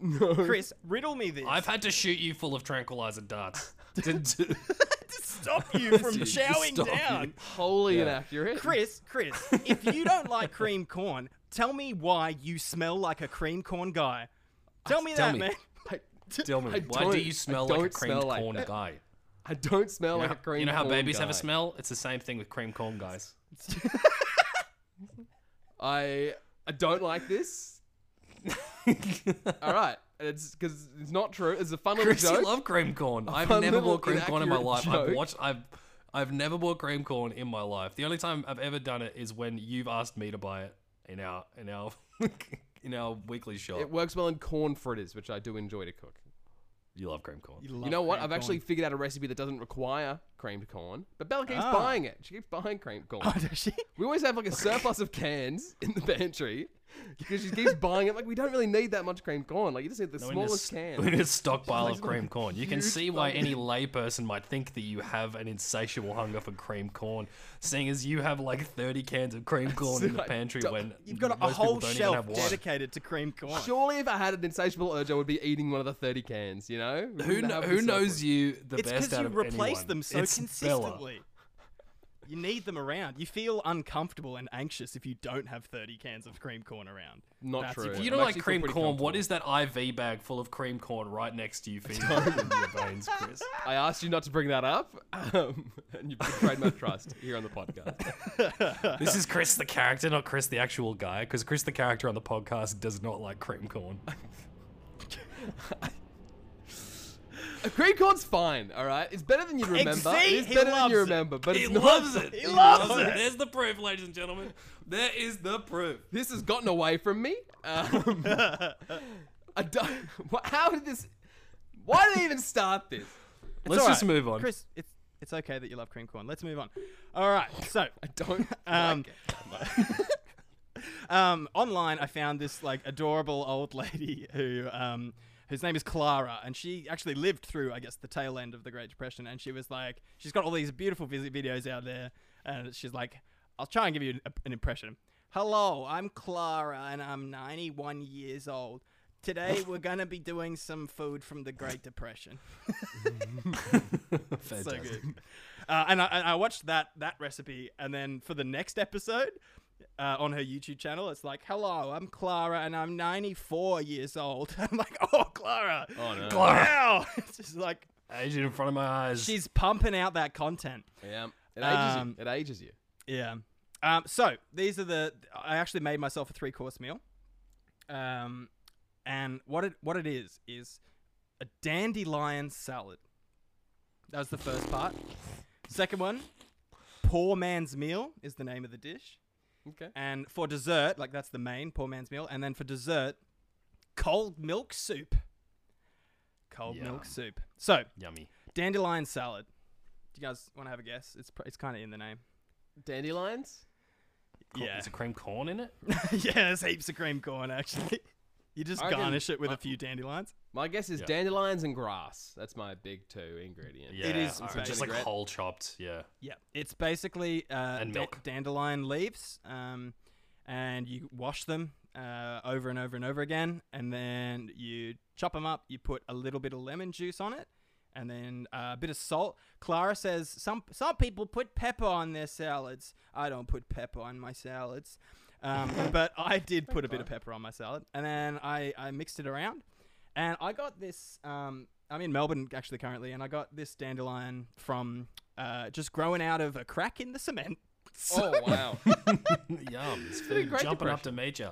[SPEAKER 1] Chris, riddle me this.
[SPEAKER 3] I've had to shoot you full of tranquilizer darts. to, to-
[SPEAKER 1] to stop you from chowing
[SPEAKER 3] stop you.
[SPEAKER 1] down.
[SPEAKER 2] Wholly inaccurate.
[SPEAKER 1] Chris, Chris, if you don't like cream corn, tell me why you smell like a cream corn guy. Tell me
[SPEAKER 3] Ah, tell
[SPEAKER 1] that,
[SPEAKER 3] me.
[SPEAKER 1] man.
[SPEAKER 2] I,
[SPEAKER 3] tell me,
[SPEAKER 2] I
[SPEAKER 3] why do
[SPEAKER 2] don't-
[SPEAKER 3] you
[SPEAKER 2] I
[SPEAKER 3] smell like a
[SPEAKER 2] don't
[SPEAKER 3] creamed
[SPEAKER 2] smell like
[SPEAKER 3] corn
[SPEAKER 2] that.
[SPEAKER 3] guy?
[SPEAKER 2] I don't smell
[SPEAKER 3] You know
[SPEAKER 2] like a
[SPEAKER 3] how-
[SPEAKER 2] cream
[SPEAKER 3] you know how
[SPEAKER 2] corn
[SPEAKER 3] babies have
[SPEAKER 2] guy.
[SPEAKER 3] a smell? It's the same thing with cream corn guys.
[SPEAKER 2] I, I don't like this.
[SPEAKER 3] Oh,
[SPEAKER 2] All right. And It's because it's not true. It's a fun little
[SPEAKER 3] Chris,
[SPEAKER 2] joke.
[SPEAKER 3] you love cream corn. I've
[SPEAKER 2] fun
[SPEAKER 3] never
[SPEAKER 2] little
[SPEAKER 3] bought cream corn in my
[SPEAKER 2] inaccurate
[SPEAKER 3] life. I've
[SPEAKER 2] joke.
[SPEAKER 3] watched. I've I've never bought cream corn in my life. The only time I've ever done it is when you've asked me to buy it in our in our in our weekly shop.
[SPEAKER 2] it works well in corn fritters, which I do enjoy to cook.
[SPEAKER 3] you love cream corn.
[SPEAKER 2] You know what? I've actually figured out a recipe that doesn't require creamed corn, but Bella keeps
[SPEAKER 1] Ah.
[SPEAKER 2] buying it. She keeps buying creamed corn.
[SPEAKER 1] does she?
[SPEAKER 2] We always have like a surplus of cans in the pantry, because she keeps buying it. Like we don't really need that much cream corn. Like you just need the
[SPEAKER 3] No, we need a
[SPEAKER 2] smallest
[SPEAKER 3] s-
[SPEAKER 2] can.
[SPEAKER 3] We need a stockpile
[SPEAKER 2] Like,
[SPEAKER 3] of cream corn. You can
[SPEAKER 2] huge
[SPEAKER 3] see why any layperson might think that you have an insatiable hunger for cream corn, seeing as you have like 30 cans of cream corn in the
[SPEAKER 2] right.
[SPEAKER 3] pantry
[SPEAKER 2] Don't-
[SPEAKER 3] when
[SPEAKER 1] You've got a,
[SPEAKER 3] most people
[SPEAKER 1] whole
[SPEAKER 3] don't even
[SPEAKER 1] shelf
[SPEAKER 3] have one.
[SPEAKER 1] dedicated to cream corn.
[SPEAKER 2] Surely, if I had an insatiable urge, I would be eating one of the thirty cans. You know, We
[SPEAKER 3] Who,
[SPEAKER 2] wouldn't
[SPEAKER 3] kno-
[SPEAKER 2] have
[SPEAKER 3] who
[SPEAKER 2] this
[SPEAKER 3] knows
[SPEAKER 2] awkward-
[SPEAKER 3] you the
[SPEAKER 1] It's
[SPEAKER 3] best
[SPEAKER 1] because
[SPEAKER 3] out
[SPEAKER 1] you
[SPEAKER 3] of
[SPEAKER 1] replace
[SPEAKER 3] anyone?
[SPEAKER 1] them so
[SPEAKER 3] It's Bella.
[SPEAKER 1] consistently. You need them around. You feel uncomfortable and anxious if you don't have 30 cans of cream corn around.
[SPEAKER 2] Not
[SPEAKER 1] That's
[SPEAKER 2] true.
[SPEAKER 1] your
[SPEAKER 3] If
[SPEAKER 1] point.
[SPEAKER 3] you
[SPEAKER 2] I'm
[SPEAKER 3] don't like
[SPEAKER 2] actually
[SPEAKER 3] cream
[SPEAKER 2] pretty
[SPEAKER 3] corn, what
[SPEAKER 2] comfortable.
[SPEAKER 3] is that IV bag full of cream corn right next to you feeding you in your veins, Chris?
[SPEAKER 2] I asked you not to bring that up, um, and you betrayed my trust here on the podcast.
[SPEAKER 3] This is Chris the character, not Chris the actual guy, because Chris the character on the podcast does not like cream corn.
[SPEAKER 2] Cream corn's fine, all right. It's better than you remember.
[SPEAKER 1] see?
[SPEAKER 2] it is
[SPEAKER 1] He
[SPEAKER 2] better than
[SPEAKER 1] loves
[SPEAKER 2] you
[SPEAKER 1] it.
[SPEAKER 2] remember, but
[SPEAKER 3] He
[SPEAKER 2] it's not.
[SPEAKER 3] loves it.
[SPEAKER 1] He loves it.
[SPEAKER 3] There's the proof, ladies and gentlemen. There is the proof.
[SPEAKER 2] This has gotten away from me. Um, I don't, wha- how did this? Why did I even start this?
[SPEAKER 3] Let's
[SPEAKER 1] all
[SPEAKER 3] just
[SPEAKER 1] right.
[SPEAKER 3] move on.
[SPEAKER 1] Chris, it's, it's okay that you love cream corn. Let's move on. All right. So,
[SPEAKER 2] Don't.
[SPEAKER 1] Um,
[SPEAKER 2] like it.
[SPEAKER 1] um, online, I found this like adorable old lady who, um, whose name is Clara, and she actually lived through, I guess, the tail end of the Great Depression. And she was like, she's got all these beautiful vis- videos out there, and she's like, I'll try and give you an, an impression. Hello, I'm Clara, and I'm 91 years old. Today we're gonna be doing some food from the Great Depression. so
[SPEAKER 3] Fantastic.
[SPEAKER 1] good. Uh, and, I, and I watched that that recipe, and then for the next episode uh, on her YouTube channel, it's like, "Hello, I'm Clara, and I'm 94 years old." I'm like, "Oh, Clara,
[SPEAKER 2] Oh no.
[SPEAKER 3] Clara.
[SPEAKER 1] wow!" It's just like
[SPEAKER 3] Agent in front of my eyes.
[SPEAKER 1] she's pumping out that content.
[SPEAKER 2] Yeah. It ages
[SPEAKER 1] Um,
[SPEAKER 2] you. It ages you.
[SPEAKER 1] Yeah. Um, so these are the. I actually made myself a three course meal. Um, and what it what it is is a dandelion salad. That was the first part. Second one, poor man's meal is the name of the dish.
[SPEAKER 2] Okay.
[SPEAKER 1] And for dessert, like that's the main poor man's meal. And then for dessert, cold milk soup. Cold
[SPEAKER 3] Yum.
[SPEAKER 1] milk soup. So
[SPEAKER 3] Yummy.
[SPEAKER 1] dandelion salad. Do you guys want to have a guess? It's pr- it's kind of in the name.
[SPEAKER 2] Dandelions.
[SPEAKER 3] Cor- Is it cream corn in it?
[SPEAKER 1] yeah, there's heaps of cream corn actually. You just
[SPEAKER 2] I reckon-
[SPEAKER 1] garnish it with a few dandelions.
[SPEAKER 2] My guess is
[SPEAKER 3] Yeah.
[SPEAKER 2] dandelions and grass. That's my big two ingredient.
[SPEAKER 3] Yeah.
[SPEAKER 1] is
[SPEAKER 3] alright.
[SPEAKER 1] insane.
[SPEAKER 3] just like
[SPEAKER 2] Vinaigrette.
[SPEAKER 3] whole chopped. Yeah.
[SPEAKER 1] Yeah, it's basically uh,
[SPEAKER 3] And
[SPEAKER 1] da-
[SPEAKER 3] milk.
[SPEAKER 1] dandelion leaves, um, and you wash them uh, over and over and over again, and then you chop them up. You put a little bit of lemon juice on it, and then uh, a bit of salt. Clara says some some people put pepper on their salads. I don't put pepper on my salads, um, but I did put a bit of pepper on my salad, and then I, I mixed it around. And I got this. Um, I'm in Melbourne actually currently, and I got this dandelion from uh, just growing out of a crack in the cement. So,
[SPEAKER 2] Oh wow.
[SPEAKER 3] Yum. This food
[SPEAKER 2] great
[SPEAKER 3] jumping up to meet you.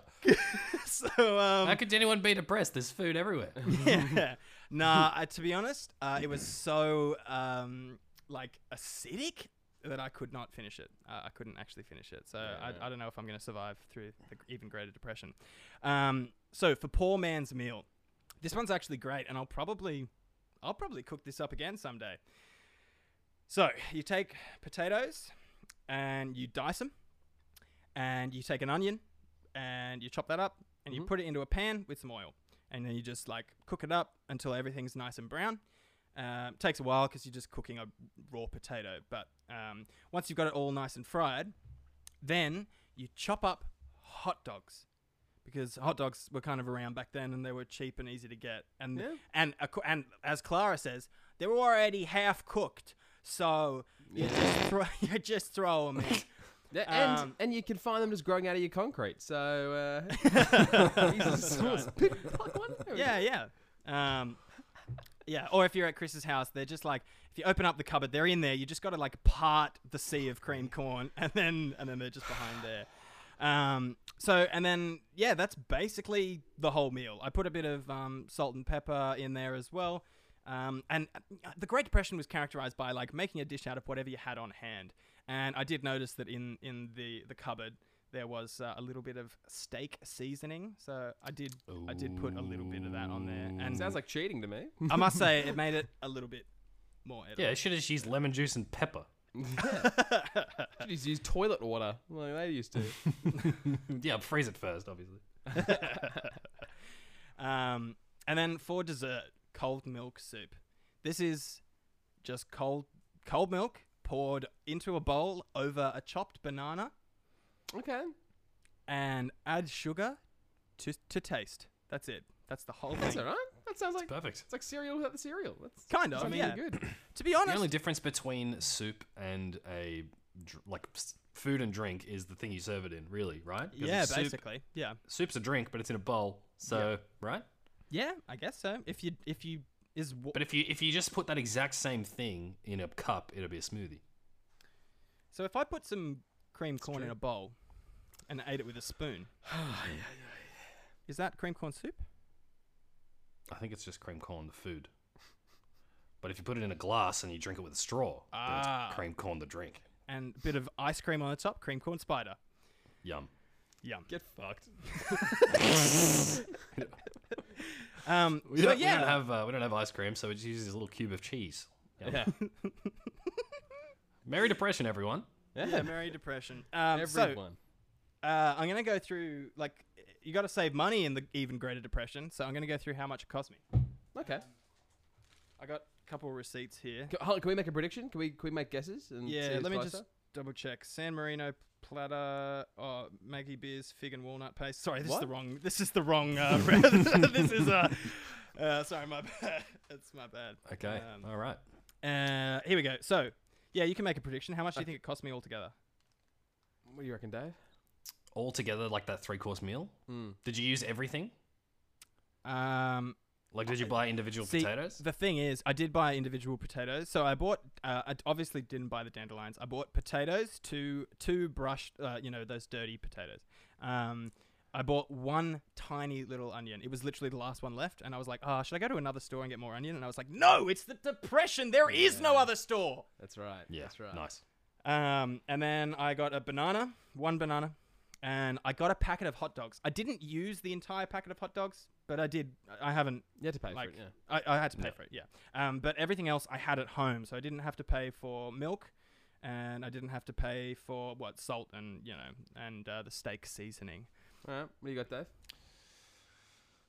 [SPEAKER 1] so
[SPEAKER 3] How
[SPEAKER 1] um,
[SPEAKER 3] could anyone be depressed? There's food everywhere.
[SPEAKER 1] yeah. Nah, uh, to be honest, uh, it was so um, like acidic that I could not finish it. Uh, I couldn't actually finish it. So I, I don't know if I'm going to survive through the g- even greater depression. Um, so for poor man's meal, this one's actually great, and I'll probably, I'll probably cook this up again someday. So you take potatoes, and you dice them, and you take an onion, and you chop that up, and you put it into a pan with some oil, and then you just like cook it up until everything's nice and brown. Um, takes a while because you're just cooking a raw potato, but um, once you've got it all nice and fried, then you chop up hot dogs because hot dogs were kind of around back then and they were cheap and easy to get. And
[SPEAKER 2] Yeah.
[SPEAKER 1] and ac- and as Clara says, they were already half cooked, so you just throw you just throw them in.
[SPEAKER 2] Yeah, and
[SPEAKER 1] Um,
[SPEAKER 2] and you can find them just growing out of your concrete. So uh, Jesus,
[SPEAKER 1] Right.
[SPEAKER 2] pick- pluck one out.
[SPEAKER 1] yeah, yeah. Um, yeah, or if you're at Chris's house, they're just like if you open up the cupboard, they're in there. You just got to like part the sea of cream corn, and then and then they're just behind there. Um, so and then yeah, that's basically the whole meal. I put a bit of um, salt and pepper in there as well. Um, and uh, the Great Depression was characterized by like making a dish out of whatever you had on hand. And I did notice that in in the the cupboard there was uh, a little bit of steak seasoning, so I did I did put a little bit of that on there. And
[SPEAKER 2] Sounds like cheating to me.
[SPEAKER 1] I must say it made it a little bit more edible.
[SPEAKER 3] Yeah, it should have just used lemon juice and pepper.
[SPEAKER 2] Should just use toilet water like they used to.
[SPEAKER 3] Yeah, freeze it first, obviously.
[SPEAKER 1] Um, and then for dessert, cold milk soup. This is just cold cold milk poured into a bowl over a chopped banana
[SPEAKER 2] Okay.
[SPEAKER 1] and add sugar to to taste. That's it. That's the whole
[SPEAKER 2] That's
[SPEAKER 1] thing.
[SPEAKER 2] all right. That sounds like
[SPEAKER 3] Perfect.
[SPEAKER 2] it's like cereal without the cereal. That's
[SPEAKER 1] Kind of,
[SPEAKER 2] that's really
[SPEAKER 1] yeah.
[SPEAKER 2] Good.
[SPEAKER 1] To be
[SPEAKER 3] The
[SPEAKER 1] honest,
[SPEAKER 3] only difference between soup and a dr- like s- food and drink is the thing you serve it in, really, right? 'Cause
[SPEAKER 1] yeah,
[SPEAKER 3] if soup,
[SPEAKER 1] basically, yeah,
[SPEAKER 3] Soup's a drink, but it's in a bowl. So, right?
[SPEAKER 1] yeah. I guess so. If you if you is wa-
[SPEAKER 3] But if you if you just put that exact same thing in a cup, it'll be a smoothie.
[SPEAKER 1] so, if I put some cream corn in a bowl and ate it with a spoon, is that cream corn soup?
[SPEAKER 3] I think it's just cream corn the food. But if you put it in a glass and you drink it with a straw, then
[SPEAKER 1] Ah.
[SPEAKER 3] it's cream corn the drink.
[SPEAKER 1] And a bit of ice cream on the top, cream corn spider.
[SPEAKER 3] Yum.
[SPEAKER 1] Yum.
[SPEAKER 2] Get fucked.
[SPEAKER 1] Um,
[SPEAKER 3] We
[SPEAKER 1] so
[SPEAKER 3] don't,
[SPEAKER 1] yeah,
[SPEAKER 3] we don't have uh, we don't have ice cream, so it just uses a little cube of cheese. Yum.
[SPEAKER 2] Yeah.
[SPEAKER 3] Merry depression, everyone.
[SPEAKER 1] yeah, Merry Depression. Um, so
[SPEAKER 2] Everyone.
[SPEAKER 1] uh, I'm gonna go through like you got to save money in the even Greater Depression, so I'm gonna go through how much it cost me.
[SPEAKER 2] Okay.
[SPEAKER 1] I got a couple receipts here.
[SPEAKER 2] Can, hold on, can we make a prediction? Can we can we make guesses? And see
[SPEAKER 1] Yeah,
[SPEAKER 2] who's
[SPEAKER 1] let me
[SPEAKER 2] closer?
[SPEAKER 1] just double check. San Marino platter, oh, Maggie beers, fig and walnut paste. Sorry, this is
[SPEAKER 2] What?
[SPEAKER 1] the wrong. This is the wrong. Uh, re- this is uh, uh, sorry, my bad. It's my bad.
[SPEAKER 3] Okay.
[SPEAKER 1] Um,
[SPEAKER 3] All right.
[SPEAKER 1] Uh, here we go. So, yeah, you can make a prediction. How much do you think it cost me altogether?
[SPEAKER 2] What do you reckon, Dave?
[SPEAKER 3] All together, like that three course meal.
[SPEAKER 2] Mm.
[SPEAKER 3] Did you use everything?
[SPEAKER 1] Um,
[SPEAKER 3] Like, did you buy individual
[SPEAKER 1] See,
[SPEAKER 3] potatoes?
[SPEAKER 1] The thing is, I did buy individual potatoes. So I bought. Uh, I obviously didn't buy the dandelions. I bought potatoes, two two brushed, uh, you know, those dirty potatoes. Um, I bought one tiny little onion. It was literally the last one left, and I was like, "Ah, should I go to another store and get more onion?" And I was like, "No, it's the depression. There is no other store."
[SPEAKER 2] That's right.
[SPEAKER 3] yeah.
[SPEAKER 2] That's right.
[SPEAKER 3] Nice.
[SPEAKER 1] Um, and then I got a banana, one banana, and I got a packet of hot dogs. I didn't use the entire packet of hot dogs, but I did. I haven't
[SPEAKER 2] You had to pay
[SPEAKER 1] like
[SPEAKER 2] for it. Yeah.
[SPEAKER 1] I, I had to pay for it yeah um, but everything else i had at home so i didn't have to pay for milk and i didn't have to pay for what salt and you know and uh, the steak seasoning
[SPEAKER 2] All right. What do you got, Dave?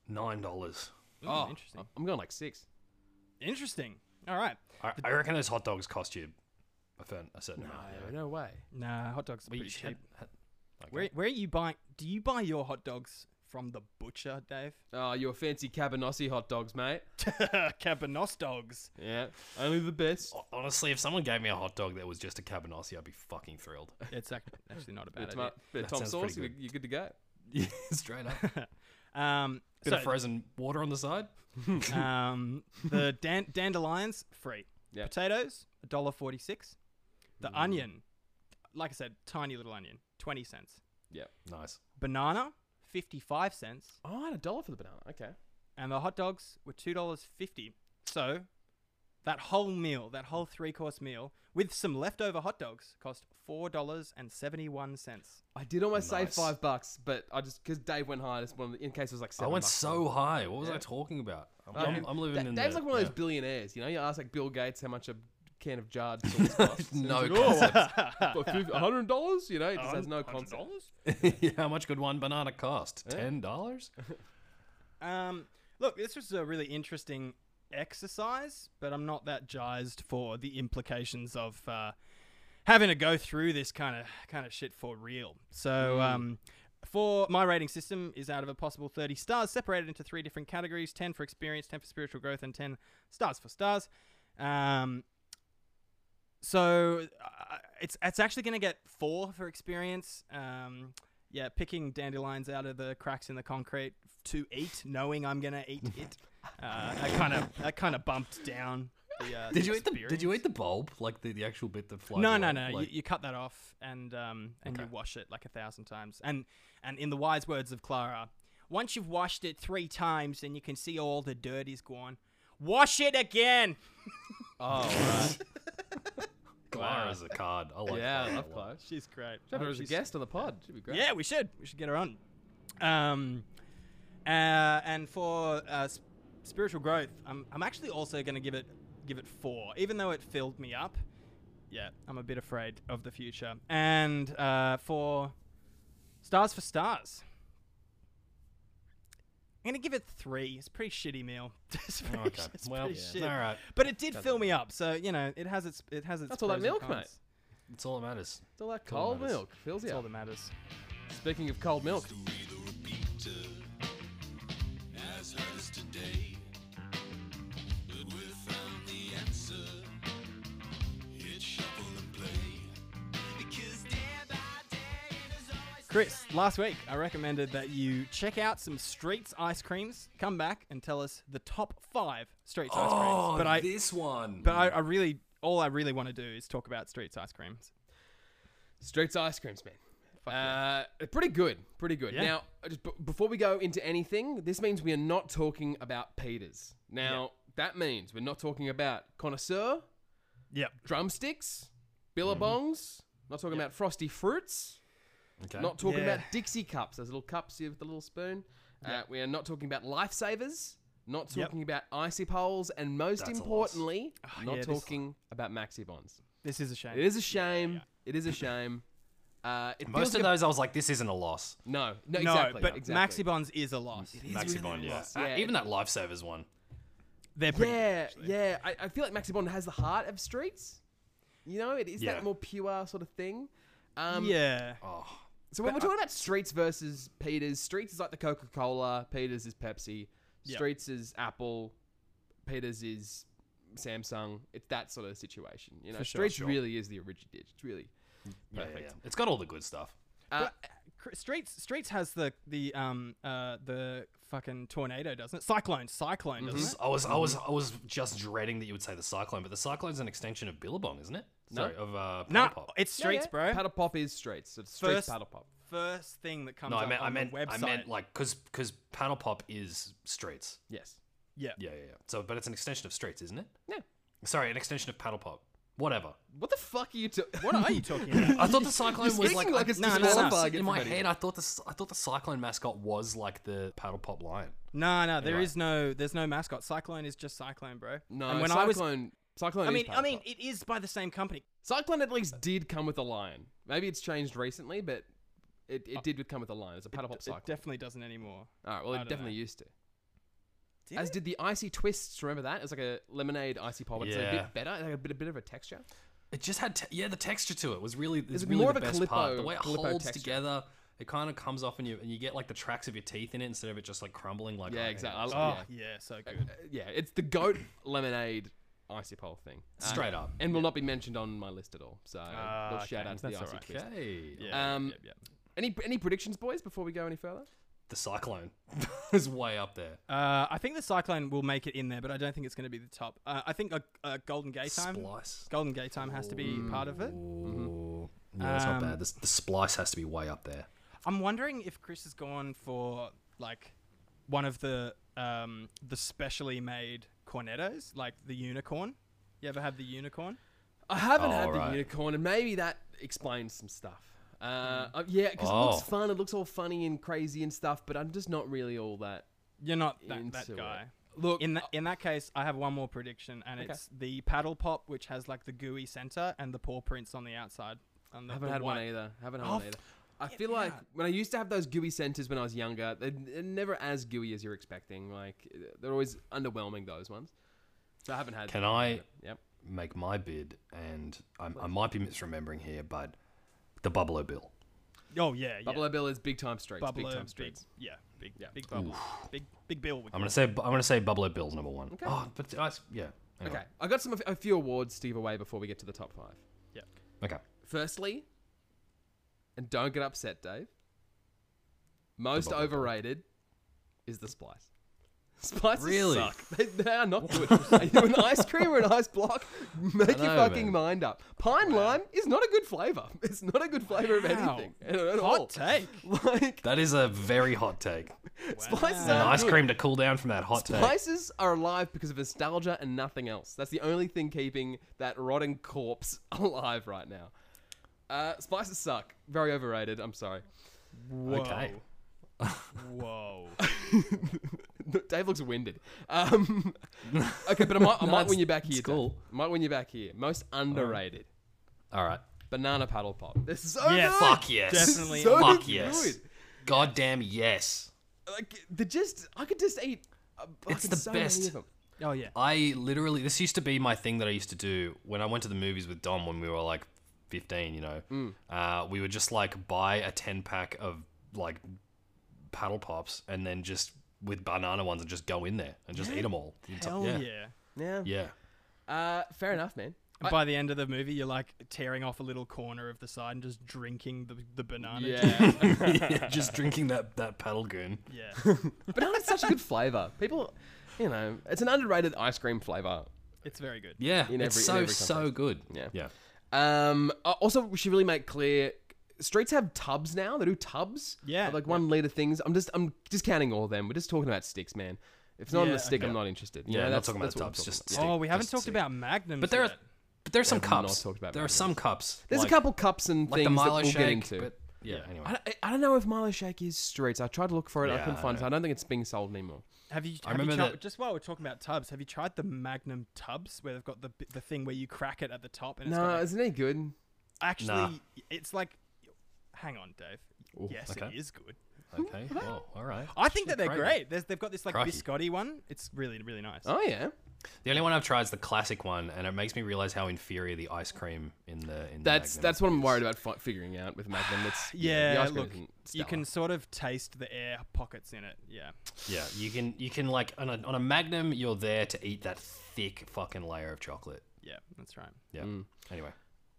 [SPEAKER 3] Nine dollars.
[SPEAKER 1] Ooh, interesting
[SPEAKER 2] Oh, I'm going like six.
[SPEAKER 1] Oh, interesting all right
[SPEAKER 3] I, I reckon those hot dogs cost you a, certain a certain amount. yeah.
[SPEAKER 2] no way.
[SPEAKER 1] nah hot dogs are
[SPEAKER 3] Well, you
[SPEAKER 1] pretty cheap
[SPEAKER 3] had- had- okay.
[SPEAKER 1] where, where are you buying do you buy your hot dogs from the butcher dave
[SPEAKER 2] Oh, your fancy cabanossi hot dogs, mate.
[SPEAKER 1] cabanos dogs
[SPEAKER 2] Yeah. Only the best.
[SPEAKER 1] Oh,
[SPEAKER 3] Ho- Honestly, if someone gave me a hot dog that was just a cabanossi, I'd be fucking thrilled.
[SPEAKER 1] it's ac- actually not a
[SPEAKER 2] bit
[SPEAKER 1] bad
[SPEAKER 2] of,
[SPEAKER 1] idea
[SPEAKER 2] toma- bit of
[SPEAKER 3] That
[SPEAKER 2] Tom
[SPEAKER 3] sounds
[SPEAKER 2] sauce.
[SPEAKER 3] pretty
[SPEAKER 2] You're,
[SPEAKER 3] good.
[SPEAKER 2] you're good to go.
[SPEAKER 3] Straight up.
[SPEAKER 1] um,
[SPEAKER 3] Bit of
[SPEAKER 1] so,
[SPEAKER 3] frozen water on the side.
[SPEAKER 1] um, the dan- dandelions free.
[SPEAKER 2] Yeah.
[SPEAKER 1] Potatoes a dollar forty six. The onion, like I said, tiny little onion, twenty cents.
[SPEAKER 3] Nice.
[SPEAKER 1] Banana, fifty five cents,
[SPEAKER 2] Oh, I had a dollar for the banana. Okay.
[SPEAKER 1] and the hot dogs were two dollars fifty. So, that whole meal, that whole three course meal with some leftover hot dogs, cost four dollars and seventy one cents.
[SPEAKER 2] I did almost
[SPEAKER 3] Nice.
[SPEAKER 2] say five bucks, but I just because Dave went high. It's one of the, in case it was like
[SPEAKER 3] I
[SPEAKER 2] seven.
[SPEAKER 3] went
[SPEAKER 2] bucks.
[SPEAKER 3] so high. What was I
[SPEAKER 2] Yeah.
[SPEAKER 3] talking about? I'm,
[SPEAKER 2] Um,
[SPEAKER 3] I'm- I'm living
[SPEAKER 2] Da-
[SPEAKER 3] in.
[SPEAKER 2] Dave's
[SPEAKER 3] the,
[SPEAKER 2] like one of those
[SPEAKER 3] yeah.
[SPEAKER 2] billionaires. You know, you ask like Bill Gates how much a can of jarred sauce costs.
[SPEAKER 3] No
[SPEAKER 2] "Oh, hundred dollars. You know, he just has no concept.
[SPEAKER 3] yeah, how much could one banana cost? Ten dollars?
[SPEAKER 1] Um, look, this was a really interesting exercise, but I'm not that jazzed for the implications of uh, having to go through this kind of kind of shit for real. So,
[SPEAKER 3] Mm.
[SPEAKER 1] um, for my rating system is out of a possible 30 stars, separated into three different categories: 10 for experience, 10 for spiritual growth, and 10 stars for stars. Um, so uh, it's it's actually going to get four for experience. Um, yeah, picking dandelions out of the cracks in the concrete to eat, knowing I'm going to eat it. Uh, that kind of that kind of bumped down. The, uh,
[SPEAKER 3] Did you eat the? Did
[SPEAKER 1] experience.
[SPEAKER 3] you eat the bulb? Like the, the actual bit that flies?
[SPEAKER 1] No,
[SPEAKER 3] away?
[SPEAKER 1] no, no.
[SPEAKER 3] Like,
[SPEAKER 1] you, you cut that off and um, and you
[SPEAKER 3] Okay.
[SPEAKER 1] wash it like a thousand times. And and in the wise words of Clara, once you've washed it three times, then you can see all the dirt is gone. Wash it again.
[SPEAKER 2] Oh, right.
[SPEAKER 3] Clara's a card. I like
[SPEAKER 2] yeah, I
[SPEAKER 3] Clara
[SPEAKER 2] love
[SPEAKER 3] a lot.
[SPEAKER 2] Clive.
[SPEAKER 1] She's great.
[SPEAKER 2] Have her as a guest on the pod. Should be great.
[SPEAKER 1] Yeah, we should. We should get her on. Um, uh, and for uh, s- spiritual growth, I'm, I'm actually also going to give it give it four, even though it filled me up. Yeah, I'm a bit afraid of the future. And uh, for stars for stars, I'm gonna give it three. It's a pretty shitty meal. It's
[SPEAKER 2] Oh,
[SPEAKER 1] pretty,
[SPEAKER 3] Okay.
[SPEAKER 1] it's
[SPEAKER 3] Well,
[SPEAKER 1] pretty shit.
[SPEAKER 3] all right.
[SPEAKER 1] But it did fill me up, so you know it has its it has its.
[SPEAKER 2] That's all that
[SPEAKER 1] pros and
[SPEAKER 2] milk, mate.
[SPEAKER 1] cons.
[SPEAKER 3] It's all that matters.
[SPEAKER 2] It's all
[SPEAKER 3] all
[SPEAKER 2] that cold
[SPEAKER 3] that matters.
[SPEAKER 2] milk. Feels
[SPEAKER 1] That's
[SPEAKER 2] yeah.
[SPEAKER 1] all that matters.
[SPEAKER 2] Speaking of cold milk,
[SPEAKER 5] As hurt us today, but we found the answer. Hit shuffle and play. Because day by day, there's always
[SPEAKER 1] Chris, last week I recommended that you check out some Streets ice creams. Come back and tell us the top five Streets ice creams. But I
[SPEAKER 3] Oh, this one.
[SPEAKER 1] but I, I really all I really want to do is talk about Streets ice creams.
[SPEAKER 2] Streets ice creams, man. Uh, pretty good, pretty good.
[SPEAKER 1] Yeah.
[SPEAKER 2] Now, I just, b- before we go into anything, this means we are not talking about Peters. Now, that means we're not talking about connoisseur,
[SPEAKER 1] Yep.
[SPEAKER 2] drumsticks, billabongs. Not talking about frosty fruits.
[SPEAKER 3] okay.
[SPEAKER 2] Not talking
[SPEAKER 1] Yeah.
[SPEAKER 2] about Dixie cups, those little cups here with the little spoon. Uh, we are not talking about lifesavers. Not
[SPEAKER 1] Yep.
[SPEAKER 2] talking about icy poles, and most
[SPEAKER 3] That's a loss.
[SPEAKER 2] importantly, not
[SPEAKER 1] Ah, yeah, this-
[SPEAKER 2] talking about maxi bonds.
[SPEAKER 1] This is a shame.
[SPEAKER 2] It is a shame. It is a shame. Uh, it
[SPEAKER 3] Most
[SPEAKER 2] feels like
[SPEAKER 3] of
[SPEAKER 2] a-
[SPEAKER 3] those, I was like, this isn't a loss.
[SPEAKER 2] No,
[SPEAKER 1] no,
[SPEAKER 2] no, exactly.
[SPEAKER 1] but
[SPEAKER 2] exactly.
[SPEAKER 1] Maxi Bonds is a loss.
[SPEAKER 3] Maxi Bond, yeah.
[SPEAKER 2] loss. Yeah,
[SPEAKER 3] Uh, Even that Lifesavers one.
[SPEAKER 1] They're pretty
[SPEAKER 2] Yeah,
[SPEAKER 1] good, actually.
[SPEAKER 2] yeah. I, I feel like Maxi Bond has the heart of streets. You know, it is
[SPEAKER 3] Yeah.
[SPEAKER 2] that more pure sort of thing. Um,
[SPEAKER 1] yeah.
[SPEAKER 2] So when we're talking about Streets versus Peters, Streets is like the Coca Cola, Peters is Pepsi,
[SPEAKER 1] Yeah.
[SPEAKER 2] Streets is Apple, Peters is Samsung. It's that sort of situation. You know,
[SPEAKER 1] For sure.
[SPEAKER 2] Streets
[SPEAKER 1] Sure.
[SPEAKER 2] really is the original ditch. It's really.
[SPEAKER 3] Yeah, yeah,
[SPEAKER 2] Perfect.
[SPEAKER 3] yeah. It's got all the good stuff.
[SPEAKER 2] Uh,
[SPEAKER 1] But, uh, Cr- Streets Streets has the the um uh the fucking tornado, doesn't it? Cyclone, cyclone, doesn't it?
[SPEAKER 3] I was, I was, I was just dreading that you would say the Cyclone, but the Cyclone's an extension of Billabong, isn't it?
[SPEAKER 2] No.
[SPEAKER 3] Sorry, of uh,
[SPEAKER 1] No,
[SPEAKER 3] Power Pop.
[SPEAKER 1] it's Streets, bro.
[SPEAKER 2] Paddle Pop is Streets. So it's Streets
[SPEAKER 1] First-
[SPEAKER 2] Paddle Pop.
[SPEAKER 1] First thing that comes
[SPEAKER 3] no,
[SPEAKER 1] up
[SPEAKER 3] I meant, I
[SPEAKER 1] on
[SPEAKER 3] meant,
[SPEAKER 1] the website.
[SPEAKER 3] I meant like because because Panel Pop is Streets.
[SPEAKER 2] Yes.
[SPEAKER 1] yeah.
[SPEAKER 3] Yeah, yeah, yeah. So, but it's an extension of Streets, isn't it?
[SPEAKER 2] No.
[SPEAKER 3] Sorry, an extension of Paddle Pop. Whatever.
[SPEAKER 2] What the fuck are you? To-
[SPEAKER 1] What are you talking about?
[SPEAKER 3] I thought the Cyclone was like,
[SPEAKER 2] speaking like
[SPEAKER 3] I-
[SPEAKER 2] it's
[SPEAKER 1] No, no, no.
[SPEAKER 2] disqualifying
[SPEAKER 3] in my
[SPEAKER 2] everybody.
[SPEAKER 3] head. I thought the I thought the Cyclone mascot was like the Paddle Pop lion.
[SPEAKER 1] no, no, there
[SPEAKER 3] Anyway.
[SPEAKER 1] is no there's no mascot. Cyclone is just Cyclone, bro.
[SPEAKER 2] No,
[SPEAKER 1] And when
[SPEAKER 2] Cyclone.
[SPEAKER 1] I was
[SPEAKER 2] Cyclone.
[SPEAKER 1] I
[SPEAKER 2] is
[SPEAKER 1] mean, I
[SPEAKER 2] Paddle
[SPEAKER 1] mean,
[SPEAKER 2] Pop.
[SPEAKER 1] it is by the same company.
[SPEAKER 2] Cyclone at least did come with a lion. Maybe it's changed recently, but it, it did come with a lion. It's a paddle pop
[SPEAKER 1] Uh, It
[SPEAKER 2] cyclone.
[SPEAKER 1] definitely doesn't anymore.
[SPEAKER 2] All right, well,
[SPEAKER 1] I
[SPEAKER 2] it
[SPEAKER 1] don't
[SPEAKER 2] definitely
[SPEAKER 1] know.
[SPEAKER 2] used to.
[SPEAKER 1] Did
[SPEAKER 2] As
[SPEAKER 1] it?
[SPEAKER 2] did the icy twists. Remember that? It was like a lemonade icy pop. It's a
[SPEAKER 3] Yeah.
[SPEAKER 2] bit better, like a bit, a bit of a texture.
[SPEAKER 3] It just had, te- yeah, the texture to it was really,
[SPEAKER 2] It's
[SPEAKER 3] is really
[SPEAKER 2] more
[SPEAKER 3] the
[SPEAKER 2] of a
[SPEAKER 3] best part. The
[SPEAKER 2] Calippo-
[SPEAKER 3] way it
[SPEAKER 2] Calippo
[SPEAKER 3] holds
[SPEAKER 2] texture.
[SPEAKER 3] together, it kind of comes off, and you and you get like the tracks of your teeth in it instead of it just like crumbling. Like
[SPEAKER 2] Yeah,
[SPEAKER 3] ice.
[SPEAKER 2] exactly. I lo-
[SPEAKER 1] Oh, yeah, so good.
[SPEAKER 2] yeah. Uh, yeah, it's the goat lemonade icy pole thing. Uh,
[SPEAKER 3] Straight up.
[SPEAKER 2] and will not be mentioned on my list at all. So, uh,
[SPEAKER 1] Ah,
[SPEAKER 2] little shout
[SPEAKER 1] okay.
[SPEAKER 2] out to the
[SPEAKER 1] That's
[SPEAKER 2] icy
[SPEAKER 1] all right.
[SPEAKER 2] twist.
[SPEAKER 3] Okay.
[SPEAKER 1] Yeah,
[SPEAKER 2] Um,
[SPEAKER 1] yep, yep.
[SPEAKER 2] Any any predictions, boys? Before we go any further,
[SPEAKER 3] The Cyclone is way up there.
[SPEAKER 1] Uh, I think the Cyclone will make it in there, but I don't think it's going to be the top. Uh, I think a, a Golden Gay time.
[SPEAKER 3] Splice.
[SPEAKER 1] Golden Gay time has to be part of it.
[SPEAKER 3] Ooh. Yeah, that's not
[SPEAKER 1] Um,
[SPEAKER 3] bad. The, the Splice has to be way up there.
[SPEAKER 1] I'm wondering if Chris has gone for like one of the um, the specially made cornettos, like the unicorn. You ever had the unicorn?
[SPEAKER 2] I haven't
[SPEAKER 3] Oh,
[SPEAKER 2] had the
[SPEAKER 3] right.
[SPEAKER 2] unicorn, and maybe that explains some stuff. Uh, uh, yeah, because it
[SPEAKER 3] Oh.
[SPEAKER 2] looks fun. It looks all funny and crazy and stuff. But I'm just not really all that.
[SPEAKER 1] You're not that,
[SPEAKER 2] Into
[SPEAKER 1] that
[SPEAKER 2] it.
[SPEAKER 1] guy.
[SPEAKER 2] Look,
[SPEAKER 1] In that in that case, I have one more prediction, and it's the paddle pop, which has like the gooey center and the paw prints on the outside. On the,
[SPEAKER 2] I haven't
[SPEAKER 1] the
[SPEAKER 2] had one
[SPEAKER 1] white-
[SPEAKER 2] either. Haven't had
[SPEAKER 1] Oh,
[SPEAKER 2] one
[SPEAKER 1] f-
[SPEAKER 2] either. I feel like when I used to have those gooey centers when I was younger, they're, they're never as gooey as you're expecting. Like they're always underwhelming. Those ones. So I haven't had.
[SPEAKER 3] Can I
[SPEAKER 2] Yep.
[SPEAKER 3] make my bid? And I, I might be misremembering here, but the Buffalo Bill.
[SPEAKER 1] Oh yeah, yeah.
[SPEAKER 2] Buffalo Bill is big time streets.
[SPEAKER 1] Buffalo,
[SPEAKER 2] big time
[SPEAKER 1] big-
[SPEAKER 2] streets.
[SPEAKER 1] yeah, big, big bubble, big, big bill. we
[SPEAKER 3] I'm gonna say I'm gonna say Buffalo Bill's number one.
[SPEAKER 2] Okay.
[SPEAKER 3] Oh, but I, s- yeah. anyway.
[SPEAKER 2] Okay, I got some a few awards Steve away before we get to the top five.
[SPEAKER 3] Okay.
[SPEAKER 2] Firstly, and don't get upset, Dave. Most
[SPEAKER 3] The bubble.
[SPEAKER 2] overrated is the splice. Splices
[SPEAKER 3] Really?
[SPEAKER 2] suck. They, they are not good. Are you an ice cream or an ice block? Make your
[SPEAKER 3] know,
[SPEAKER 2] fucking
[SPEAKER 3] man.
[SPEAKER 2] mind up. Pine lime is not a good flavor. It's not a good flavor of
[SPEAKER 1] Wow.
[SPEAKER 2] anything at, at all.
[SPEAKER 1] Hot take.
[SPEAKER 2] Like
[SPEAKER 3] That is a very hot take.
[SPEAKER 2] splices
[SPEAKER 3] And
[SPEAKER 2] are
[SPEAKER 3] ice cream to cool down from that hot take.
[SPEAKER 2] Splices are alive because of nostalgia and nothing else. That's the only thing keeping that rotting corpse alive right now. Uh, spices suck. Very overrated. I'm sorry.
[SPEAKER 1] Whoa.
[SPEAKER 3] Okay.
[SPEAKER 1] Whoa.
[SPEAKER 2] Dave looks winded. Um, okay, but I might, I
[SPEAKER 3] No,
[SPEAKER 2] might
[SPEAKER 3] it's-
[SPEAKER 2] win you back here.
[SPEAKER 3] it's
[SPEAKER 2] Dave.
[SPEAKER 3] cool.
[SPEAKER 2] I might win you back here. Most underrated
[SPEAKER 3] All right.
[SPEAKER 2] banana paddle pop. This is so
[SPEAKER 1] Yes.
[SPEAKER 2] good.
[SPEAKER 3] Fuck yes.
[SPEAKER 1] Definitely
[SPEAKER 2] So
[SPEAKER 3] Fuck
[SPEAKER 2] good.
[SPEAKER 3] yes. Goddamn yes.
[SPEAKER 2] like the just I could just eat. uh,
[SPEAKER 3] It's
[SPEAKER 2] fucking
[SPEAKER 3] the
[SPEAKER 2] so many
[SPEAKER 3] best.
[SPEAKER 2] of 'em.
[SPEAKER 1] Oh yeah.
[SPEAKER 3] I literally, this used to be my thing that I used to do when I went to the movies with Dom when we were like 15, you know.
[SPEAKER 2] Mm.
[SPEAKER 3] Uh, we would just like buy a 10 pack of like paddle pops and then just with banana ones and just go in there and just eat 'em eat them all. The enti-
[SPEAKER 1] Hell yeah.
[SPEAKER 2] Yeah.
[SPEAKER 3] Yeah.
[SPEAKER 2] Uh, fair enough, man.
[SPEAKER 1] And by the end of the movie, you're like tearing off a little corner of the side and just drinking the, the banana. juice.
[SPEAKER 2] Yeah.
[SPEAKER 3] Yeah, just drinking that, that paddle goon.
[SPEAKER 1] yeah.
[SPEAKER 2] banana is such a good flavor. People, you know, it's an underrated ice cream flavor.
[SPEAKER 1] It's very good.
[SPEAKER 3] Yeah.
[SPEAKER 2] In
[SPEAKER 3] it's
[SPEAKER 2] every- in
[SPEAKER 3] so,
[SPEAKER 2] every
[SPEAKER 3] so good.
[SPEAKER 2] Yeah.
[SPEAKER 3] Yeah.
[SPEAKER 2] Um, uh, also, we should really make clear. Streets have tubs now. They do tubs.
[SPEAKER 1] Yeah.
[SPEAKER 2] Of, like one liter things. I'm just I'm discounting all of them. We're just talking about sticks, man. If it's not on
[SPEAKER 1] Yeah,
[SPEAKER 2] the stick,
[SPEAKER 1] okay.
[SPEAKER 2] I'm not interested. You
[SPEAKER 3] Yeah,
[SPEAKER 2] know,
[SPEAKER 3] I'm not
[SPEAKER 2] that's-
[SPEAKER 3] talking about
[SPEAKER 2] that's what I'm
[SPEAKER 3] tubs,
[SPEAKER 2] talking
[SPEAKER 3] just
[SPEAKER 2] about.
[SPEAKER 3] sticks.
[SPEAKER 1] Oh, we haven't
[SPEAKER 3] Just
[SPEAKER 1] talked
[SPEAKER 3] sick.
[SPEAKER 1] about magnums.
[SPEAKER 3] But there are,
[SPEAKER 1] yet.
[SPEAKER 3] but there are some
[SPEAKER 2] have not
[SPEAKER 3] cups.
[SPEAKER 2] talked about
[SPEAKER 3] There are
[SPEAKER 2] Magnums.
[SPEAKER 3] some cups.
[SPEAKER 2] There's
[SPEAKER 3] like-
[SPEAKER 2] a couple cups and
[SPEAKER 3] like
[SPEAKER 2] things
[SPEAKER 3] the Milo
[SPEAKER 2] that we'll get
[SPEAKER 3] shake.
[SPEAKER 2] into.
[SPEAKER 3] But, yeah, Anyway.
[SPEAKER 2] I, don't- I don't know if Milo Shake is streets. I tried to look for it. I
[SPEAKER 3] Yeah,
[SPEAKER 2] couldn't
[SPEAKER 3] I
[SPEAKER 2] find it.
[SPEAKER 3] know.
[SPEAKER 2] I don't think it's being sold anymore.
[SPEAKER 1] Have you? Have
[SPEAKER 3] I remember
[SPEAKER 1] you tried,
[SPEAKER 3] that-
[SPEAKER 1] Just while we're talking about tubs, have you tried the Magnum tubs where they've got the the thing where you crack it at the top and it's
[SPEAKER 2] No,
[SPEAKER 1] got like,
[SPEAKER 2] isn't it good?
[SPEAKER 1] actually
[SPEAKER 3] Nah.
[SPEAKER 1] it's like, hang on, Dave. yes,
[SPEAKER 3] okay.
[SPEAKER 1] it is good.
[SPEAKER 3] Okay.
[SPEAKER 2] Mm-hmm.
[SPEAKER 3] Well, all right.
[SPEAKER 1] I think that they're
[SPEAKER 3] crazy.
[SPEAKER 1] great. There's, they've got this like
[SPEAKER 3] Crikey.
[SPEAKER 1] biscotti one. It's really really nice.
[SPEAKER 2] Oh yeah,
[SPEAKER 3] The only one I've tried is the classic one, and it makes me realize how inferior the ice cream in the in
[SPEAKER 2] that's
[SPEAKER 3] the Magnum
[SPEAKER 2] that's what I'm
[SPEAKER 3] is.
[SPEAKER 2] worried about fi- figuring out with Magnum. It's
[SPEAKER 1] Yeah,
[SPEAKER 2] the ice cream
[SPEAKER 1] look,
[SPEAKER 2] isn't
[SPEAKER 1] you
[SPEAKER 2] stellar.
[SPEAKER 1] can sort of taste the air pockets in it. Yeah.
[SPEAKER 3] Yeah, you can you can like on a, on a Magnum, you're there to eat that thick fucking layer of chocolate.
[SPEAKER 1] Yeah, that's right.
[SPEAKER 3] Yeah.
[SPEAKER 2] Mm.
[SPEAKER 3] Anyway,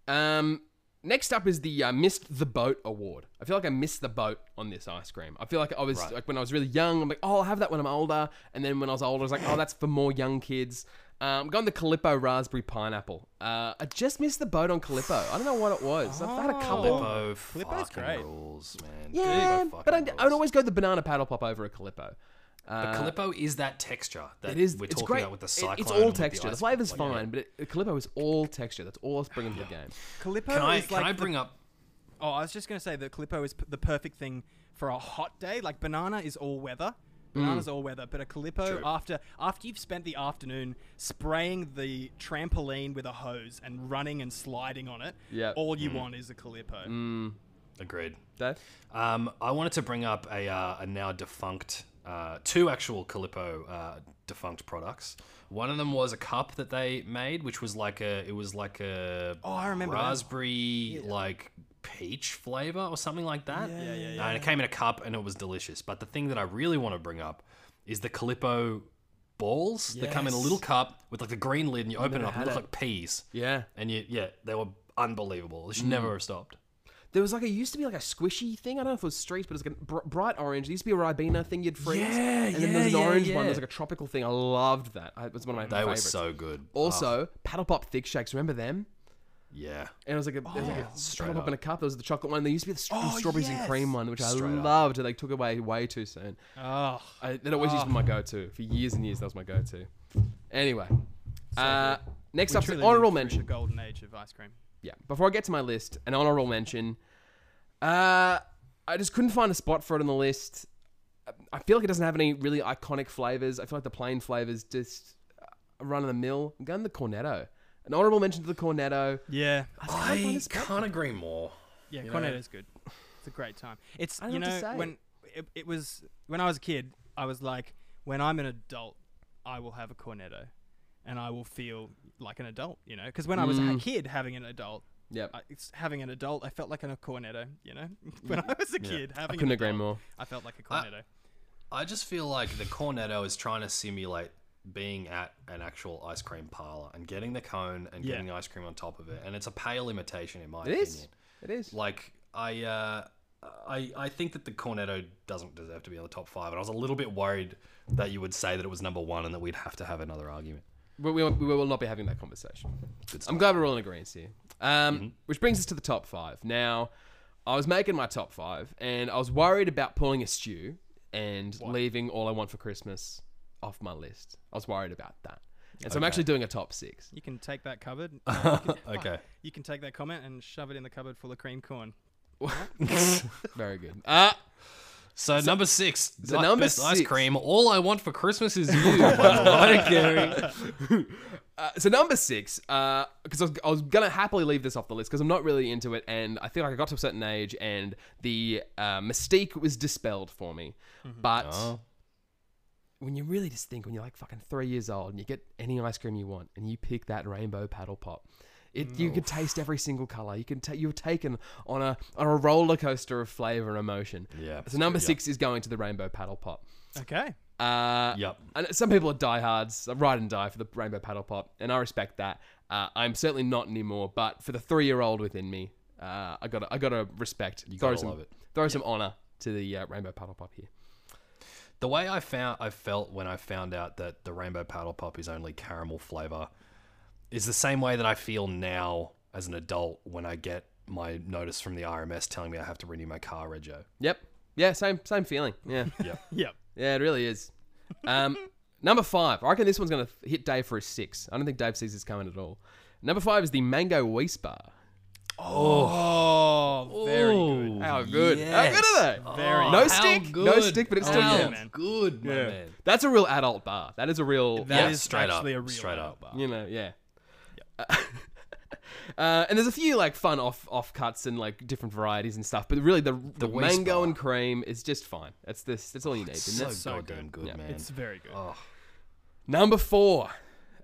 [SPEAKER 2] Um, next up is the uh, missed the boat award. I feel like I missed the boat on this ice cream. I feel like I was
[SPEAKER 3] Right.
[SPEAKER 2] like when I was really young, I'm like, oh, I'll have that when I'm older, and then when I was older, I was like, oh, that's for more young kids. Um, I'm going the Calippo raspberry pineapple. Uh, I just missed the boat on Calippo. I don't know what it was. I've
[SPEAKER 3] Oh.
[SPEAKER 2] had a couple.
[SPEAKER 3] Flippo
[SPEAKER 1] Flippo's
[SPEAKER 3] fucking
[SPEAKER 1] great.
[SPEAKER 3] rules, man.
[SPEAKER 2] Oh. Yeah,
[SPEAKER 3] Flippo
[SPEAKER 2] but I,
[SPEAKER 3] fucking
[SPEAKER 2] I would
[SPEAKER 3] rules. Uh,
[SPEAKER 2] always go the banana paddle pop over a Calippo.
[SPEAKER 3] But Calippo is that texture that
[SPEAKER 2] It is.
[SPEAKER 3] we're
[SPEAKER 2] it's
[SPEAKER 3] talking
[SPEAKER 2] great.
[SPEAKER 3] about with the
[SPEAKER 2] It-
[SPEAKER 3] cyclone.
[SPEAKER 2] it's
[SPEAKER 3] and
[SPEAKER 2] all
[SPEAKER 3] with the
[SPEAKER 2] texture. The,
[SPEAKER 3] ice cream.
[SPEAKER 2] flavor's
[SPEAKER 3] Like, yeah.
[SPEAKER 2] fine, but it, Calippo is all texture. That's all it's bringing to the game.
[SPEAKER 1] Calippo
[SPEAKER 3] Can I
[SPEAKER 1] is
[SPEAKER 3] can
[SPEAKER 1] like
[SPEAKER 3] I
[SPEAKER 1] the-
[SPEAKER 3] bring up
[SPEAKER 1] Oh, I was just gonna say that Calippo is p- the perfect thing for a hot day. Like banana is all weather.
[SPEAKER 2] Mm.
[SPEAKER 1] Banana's all weather, but a Calippo after after you've spent the afternoon spraying the trampoline with a hose and running and sliding on it,
[SPEAKER 2] Yep. Mm.
[SPEAKER 1] all you want is a Calippo.
[SPEAKER 3] agreed?
[SPEAKER 2] Dave?
[SPEAKER 3] Um, I wanted to bring up a, uh, a now defunct, uh, two actual Calippo uh, defunct products. One of them was a cup that they made, which was like a, it was like a
[SPEAKER 1] Oh, I remember that.
[SPEAKER 3] raspberry like peach flavor or something like that. Uh,
[SPEAKER 1] yeah, yeah,
[SPEAKER 3] And it came in a cup and it was delicious. But the thing that I really want to bring up is the Calippo balls that come in a little cup with like the green lid, and you open it up and they look like peas.
[SPEAKER 2] Yeah.
[SPEAKER 3] And you, yeah, they were unbelievable. They should
[SPEAKER 1] Mm.
[SPEAKER 3] never have stopped.
[SPEAKER 2] There was like a used to be like a squishy thing. I don't know if it was streets, but it's like a br- bright orange. There used to be a Ribena thing you'd freeze.
[SPEAKER 3] Yeah,
[SPEAKER 2] And then there was
[SPEAKER 3] yeah,
[SPEAKER 2] an
[SPEAKER 3] yeah,
[SPEAKER 2] orange one.
[SPEAKER 3] yeah.
[SPEAKER 2] There's like a tropical thing. I loved that. I, it was one of my
[SPEAKER 3] They were
[SPEAKER 2] favorites.
[SPEAKER 3] so good.
[SPEAKER 2] also, paddle pop thick shakes. Remember them?
[SPEAKER 3] Yeah.
[SPEAKER 2] And it was like a, there was like a
[SPEAKER 3] Oh, straight
[SPEAKER 2] paddle pop in a
[SPEAKER 3] up.
[SPEAKER 2] cup. There was the chocolate one. There used to be the, str- the
[SPEAKER 1] Oh,
[SPEAKER 2] strawberries and
[SPEAKER 1] yes.
[SPEAKER 2] cream one, which
[SPEAKER 3] Straight
[SPEAKER 2] I
[SPEAKER 3] up.
[SPEAKER 2] loved. And they took away way too soon.
[SPEAKER 1] Oh,
[SPEAKER 2] I, that always used to be my go-to for years and years. That was my go-to. Anyway, uh, next
[SPEAKER 1] we
[SPEAKER 2] up, is
[SPEAKER 1] truly
[SPEAKER 2] an
[SPEAKER 1] lived
[SPEAKER 2] honorable
[SPEAKER 1] through
[SPEAKER 2] mention.
[SPEAKER 1] The golden age of ice cream.
[SPEAKER 2] yeah. Before I get to my list, an honorable mention. Uh, I just couldn't find a spot for it on the list. I feel like it doesn't have any really iconic flavors. I feel like the plain flavors just run of the mill. I'm going the cornetto. An honorable mention to the cornetto.
[SPEAKER 1] Yeah,
[SPEAKER 3] I can't agree more.
[SPEAKER 1] Yeah,
[SPEAKER 3] You know?
[SPEAKER 1] Cornetto's good. It's a great time. It's
[SPEAKER 2] I don't
[SPEAKER 1] you
[SPEAKER 2] have
[SPEAKER 1] know
[SPEAKER 2] to say.
[SPEAKER 1] when it, it was when I was a kid, I was like, when I'm an adult, I will have a cornetto, and I will feel like an adult. You know, because when I was
[SPEAKER 3] Mm.
[SPEAKER 1] a kid, having an adult.
[SPEAKER 2] Yep.
[SPEAKER 1] I, it's, having an adult, I felt like an, a cornetto, you know. When I was a kid, having
[SPEAKER 2] couldn't
[SPEAKER 1] an
[SPEAKER 2] agree
[SPEAKER 1] adult,
[SPEAKER 2] more.
[SPEAKER 1] I felt like a
[SPEAKER 3] Uh,
[SPEAKER 1] cornetto.
[SPEAKER 3] I just feel like the cornetto is trying to simulate being at an actual ice cream parlor and getting the cone and
[SPEAKER 1] Yeah.
[SPEAKER 3] getting the ice cream on top of it, and it's a pale imitation in my
[SPEAKER 2] It
[SPEAKER 3] opinion.
[SPEAKER 2] is. It is.
[SPEAKER 3] Like I, uh, I, I think that the cornetto doesn't deserve to be on the top five, and I was a little bit worried that you would say that it was number one and that we'd have to have another argument.
[SPEAKER 2] But we, we will not be having that conversation.
[SPEAKER 3] Good
[SPEAKER 2] I'm glad we're all in agreement here. Um, Which brings us to the top five. Now, I was making my top five, and I was worried about pulling a stew and leaving all I want for Christmas off my list. I was worried about that. And so I'm actually doing a top six.
[SPEAKER 1] You can take that cupboard. you can-
[SPEAKER 3] Okay.
[SPEAKER 1] You can take that comment and shove it in the cupboard full of cream corn.
[SPEAKER 2] Very good. Uh,
[SPEAKER 3] So, number six, like
[SPEAKER 2] number
[SPEAKER 3] best ice
[SPEAKER 2] six-
[SPEAKER 3] cream. All I want for Christmas is you. by Mariah Carey.
[SPEAKER 2] Uh, so number six, because I, was, I was gonna happily leave this off the list because I'm not really into it, and I feel like I got to a certain age and the uh, mystique was dispelled for me. But
[SPEAKER 3] Oh.
[SPEAKER 2] when you really just think, when you're like fucking three years old and you get any ice cream you want, and you pick that rainbow paddle pop, it you can taste every single color. You can ta- you're taken on a on a roller coaster of flavor and emotion.
[SPEAKER 3] Yeah,
[SPEAKER 2] So number
[SPEAKER 3] yeah.
[SPEAKER 2] six is going to the rainbow paddle pop.
[SPEAKER 1] Okay.
[SPEAKER 2] Uh,
[SPEAKER 3] Yup.
[SPEAKER 2] And some people are diehards, ride and die for the Rainbow Paddle Pop, and I respect that. Uh, I'm certainly not anymore, but for the three-year-old within me, uh, I gotta, I gotta respect. You
[SPEAKER 3] gotta
[SPEAKER 2] some,
[SPEAKER 3] love it.
[SPEAKER 2] Throw some honor to the uh, Rainbow Paddle Pop here.
[SPEAKER 3] The way I found I felt when I found out that the rainbow paddle pop is only caramel flavor is the same way that I feel now as an adult when I get my notice from the RMS telling me I have to renew my car rego.
[SPEAKER 2] Yep. Yeah. Same. Same feeling. Yeah.
[SPEAKER 1] Yep.
[SPEAKER 2] yeah. It really is. Um, number five. I reckon this one's gonna hit Dave for a six. I don't think Dave sees this coming at all. Number five is the Mango Wheat Bar.
[SPEAKER 1] Oh, very good.
[SPEAKER 2] How good. How good are they?
[SPEAKER 1] Very
[SPEAKER 2] no
[SPEAKER 1] Oh, good.
[SPEAKER 2] stick. No stick, but it's still
[SPEAKER 1] How
[SPEAKER 2] good.
[SPEAKER 1] man.
[SPEAKER 3] Good, my man.
[SPEAKER 2] That's a real adult bar. That is a real.
[SPEAKER 1] That
[SPEAKER 3] Yeah,
[SPEAKER 1] is
[SPEAKER 3] straight
[SPEAKER 1] actually
[SPEAKER 3] up,
[SPEAKER 1] a real
[SPEAKER 3] straight
[SPEAKER 1] bar.
[SPEAKER 3] up.
[SPEAKER 2] you know, yeah. Uh, and there's a few like fun off off cuts and like different varieties and stuff, but really the the,
[SPEAKER 3] Wheat
[SPEAKER 2] mango
[SPEAKER 3] bar.
[SPEAKER 2] and cream is just fine. That's this. That's all you need. isn't
[SPEAKER 3] So,
[SPEAKER 2] it?
[SPEAKER 1] so
[SPEAKER 3] goddamn
[SPEAKER 1] good.
[SPEAKER 3] good,
[SPEAKER 2] Yeah.
[SPEAKER 3] man.
[SPEAKER 1] It's very good.
[SPEAKER 2] Number four.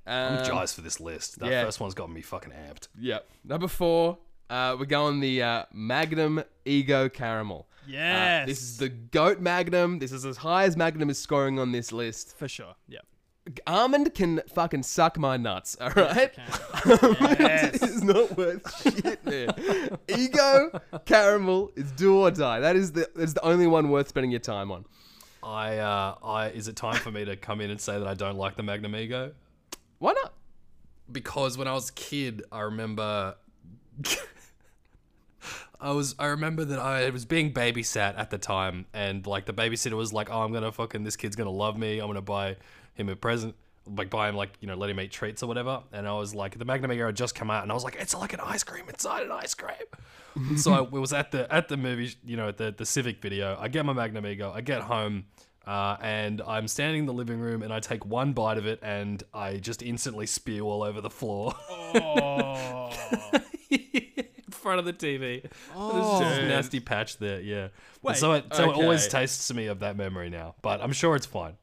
[SPEAKER 2] Um,
[SPEAKER 3] I'm jazzed for this list. That
[SPEAKER 2] yeah.
[SPEAKER 3] first one's got me fucking amped.
[SPEAKER 2] Yep. Number four. Uh, we're going the uh, Magnum Ego Caramel.
[SPEAKER 1] Yes.
[SPEAKER 2] Uh, this is the goat Magnum. This is as high as Magnum is scoring on this list.
[SPEAKER 1] For sure. Yep.
[SPEAKER 2] Almond can fucking suck my nuts, all right?
[SPEAKER 1] Yes.
[SPEAKER 2] it's not worth shit, man. Ego, caramel, it's do or die. That is the that's the only one worth spending your time on.
[SPEAKER 3] I, uh, I is it time for me to come in and say that I don't like the Magnum Ego?
[SPEAKER 2] Why not?
[SPEAKER 3] because when I was a kid, I remember I was I remember that I was being babysat at the time, and like the babysitter was like, "Oh, I'm gonna fucking this kid's gonna love me. I'm gonna buy him a present." Like buy him like you know let him eat treats or whatever, and I was like the Magnum Air had just come out, and I was like it's like an ice cream inside an ice cream. so I was at the at the movie you know at the the Civic video. I get my Magnum Ego, I get home, uh, and I'm standing in the living room, and I take one bite of it, and I just instantly spew all over the floor. in front of the TV. Oh, There's just this nasty patch there. Yeah. But so it, so it
[SPEAKER 2] okay.
[SPEAKER 3] always tastes to me of that memory now, but I'm sure it's fine.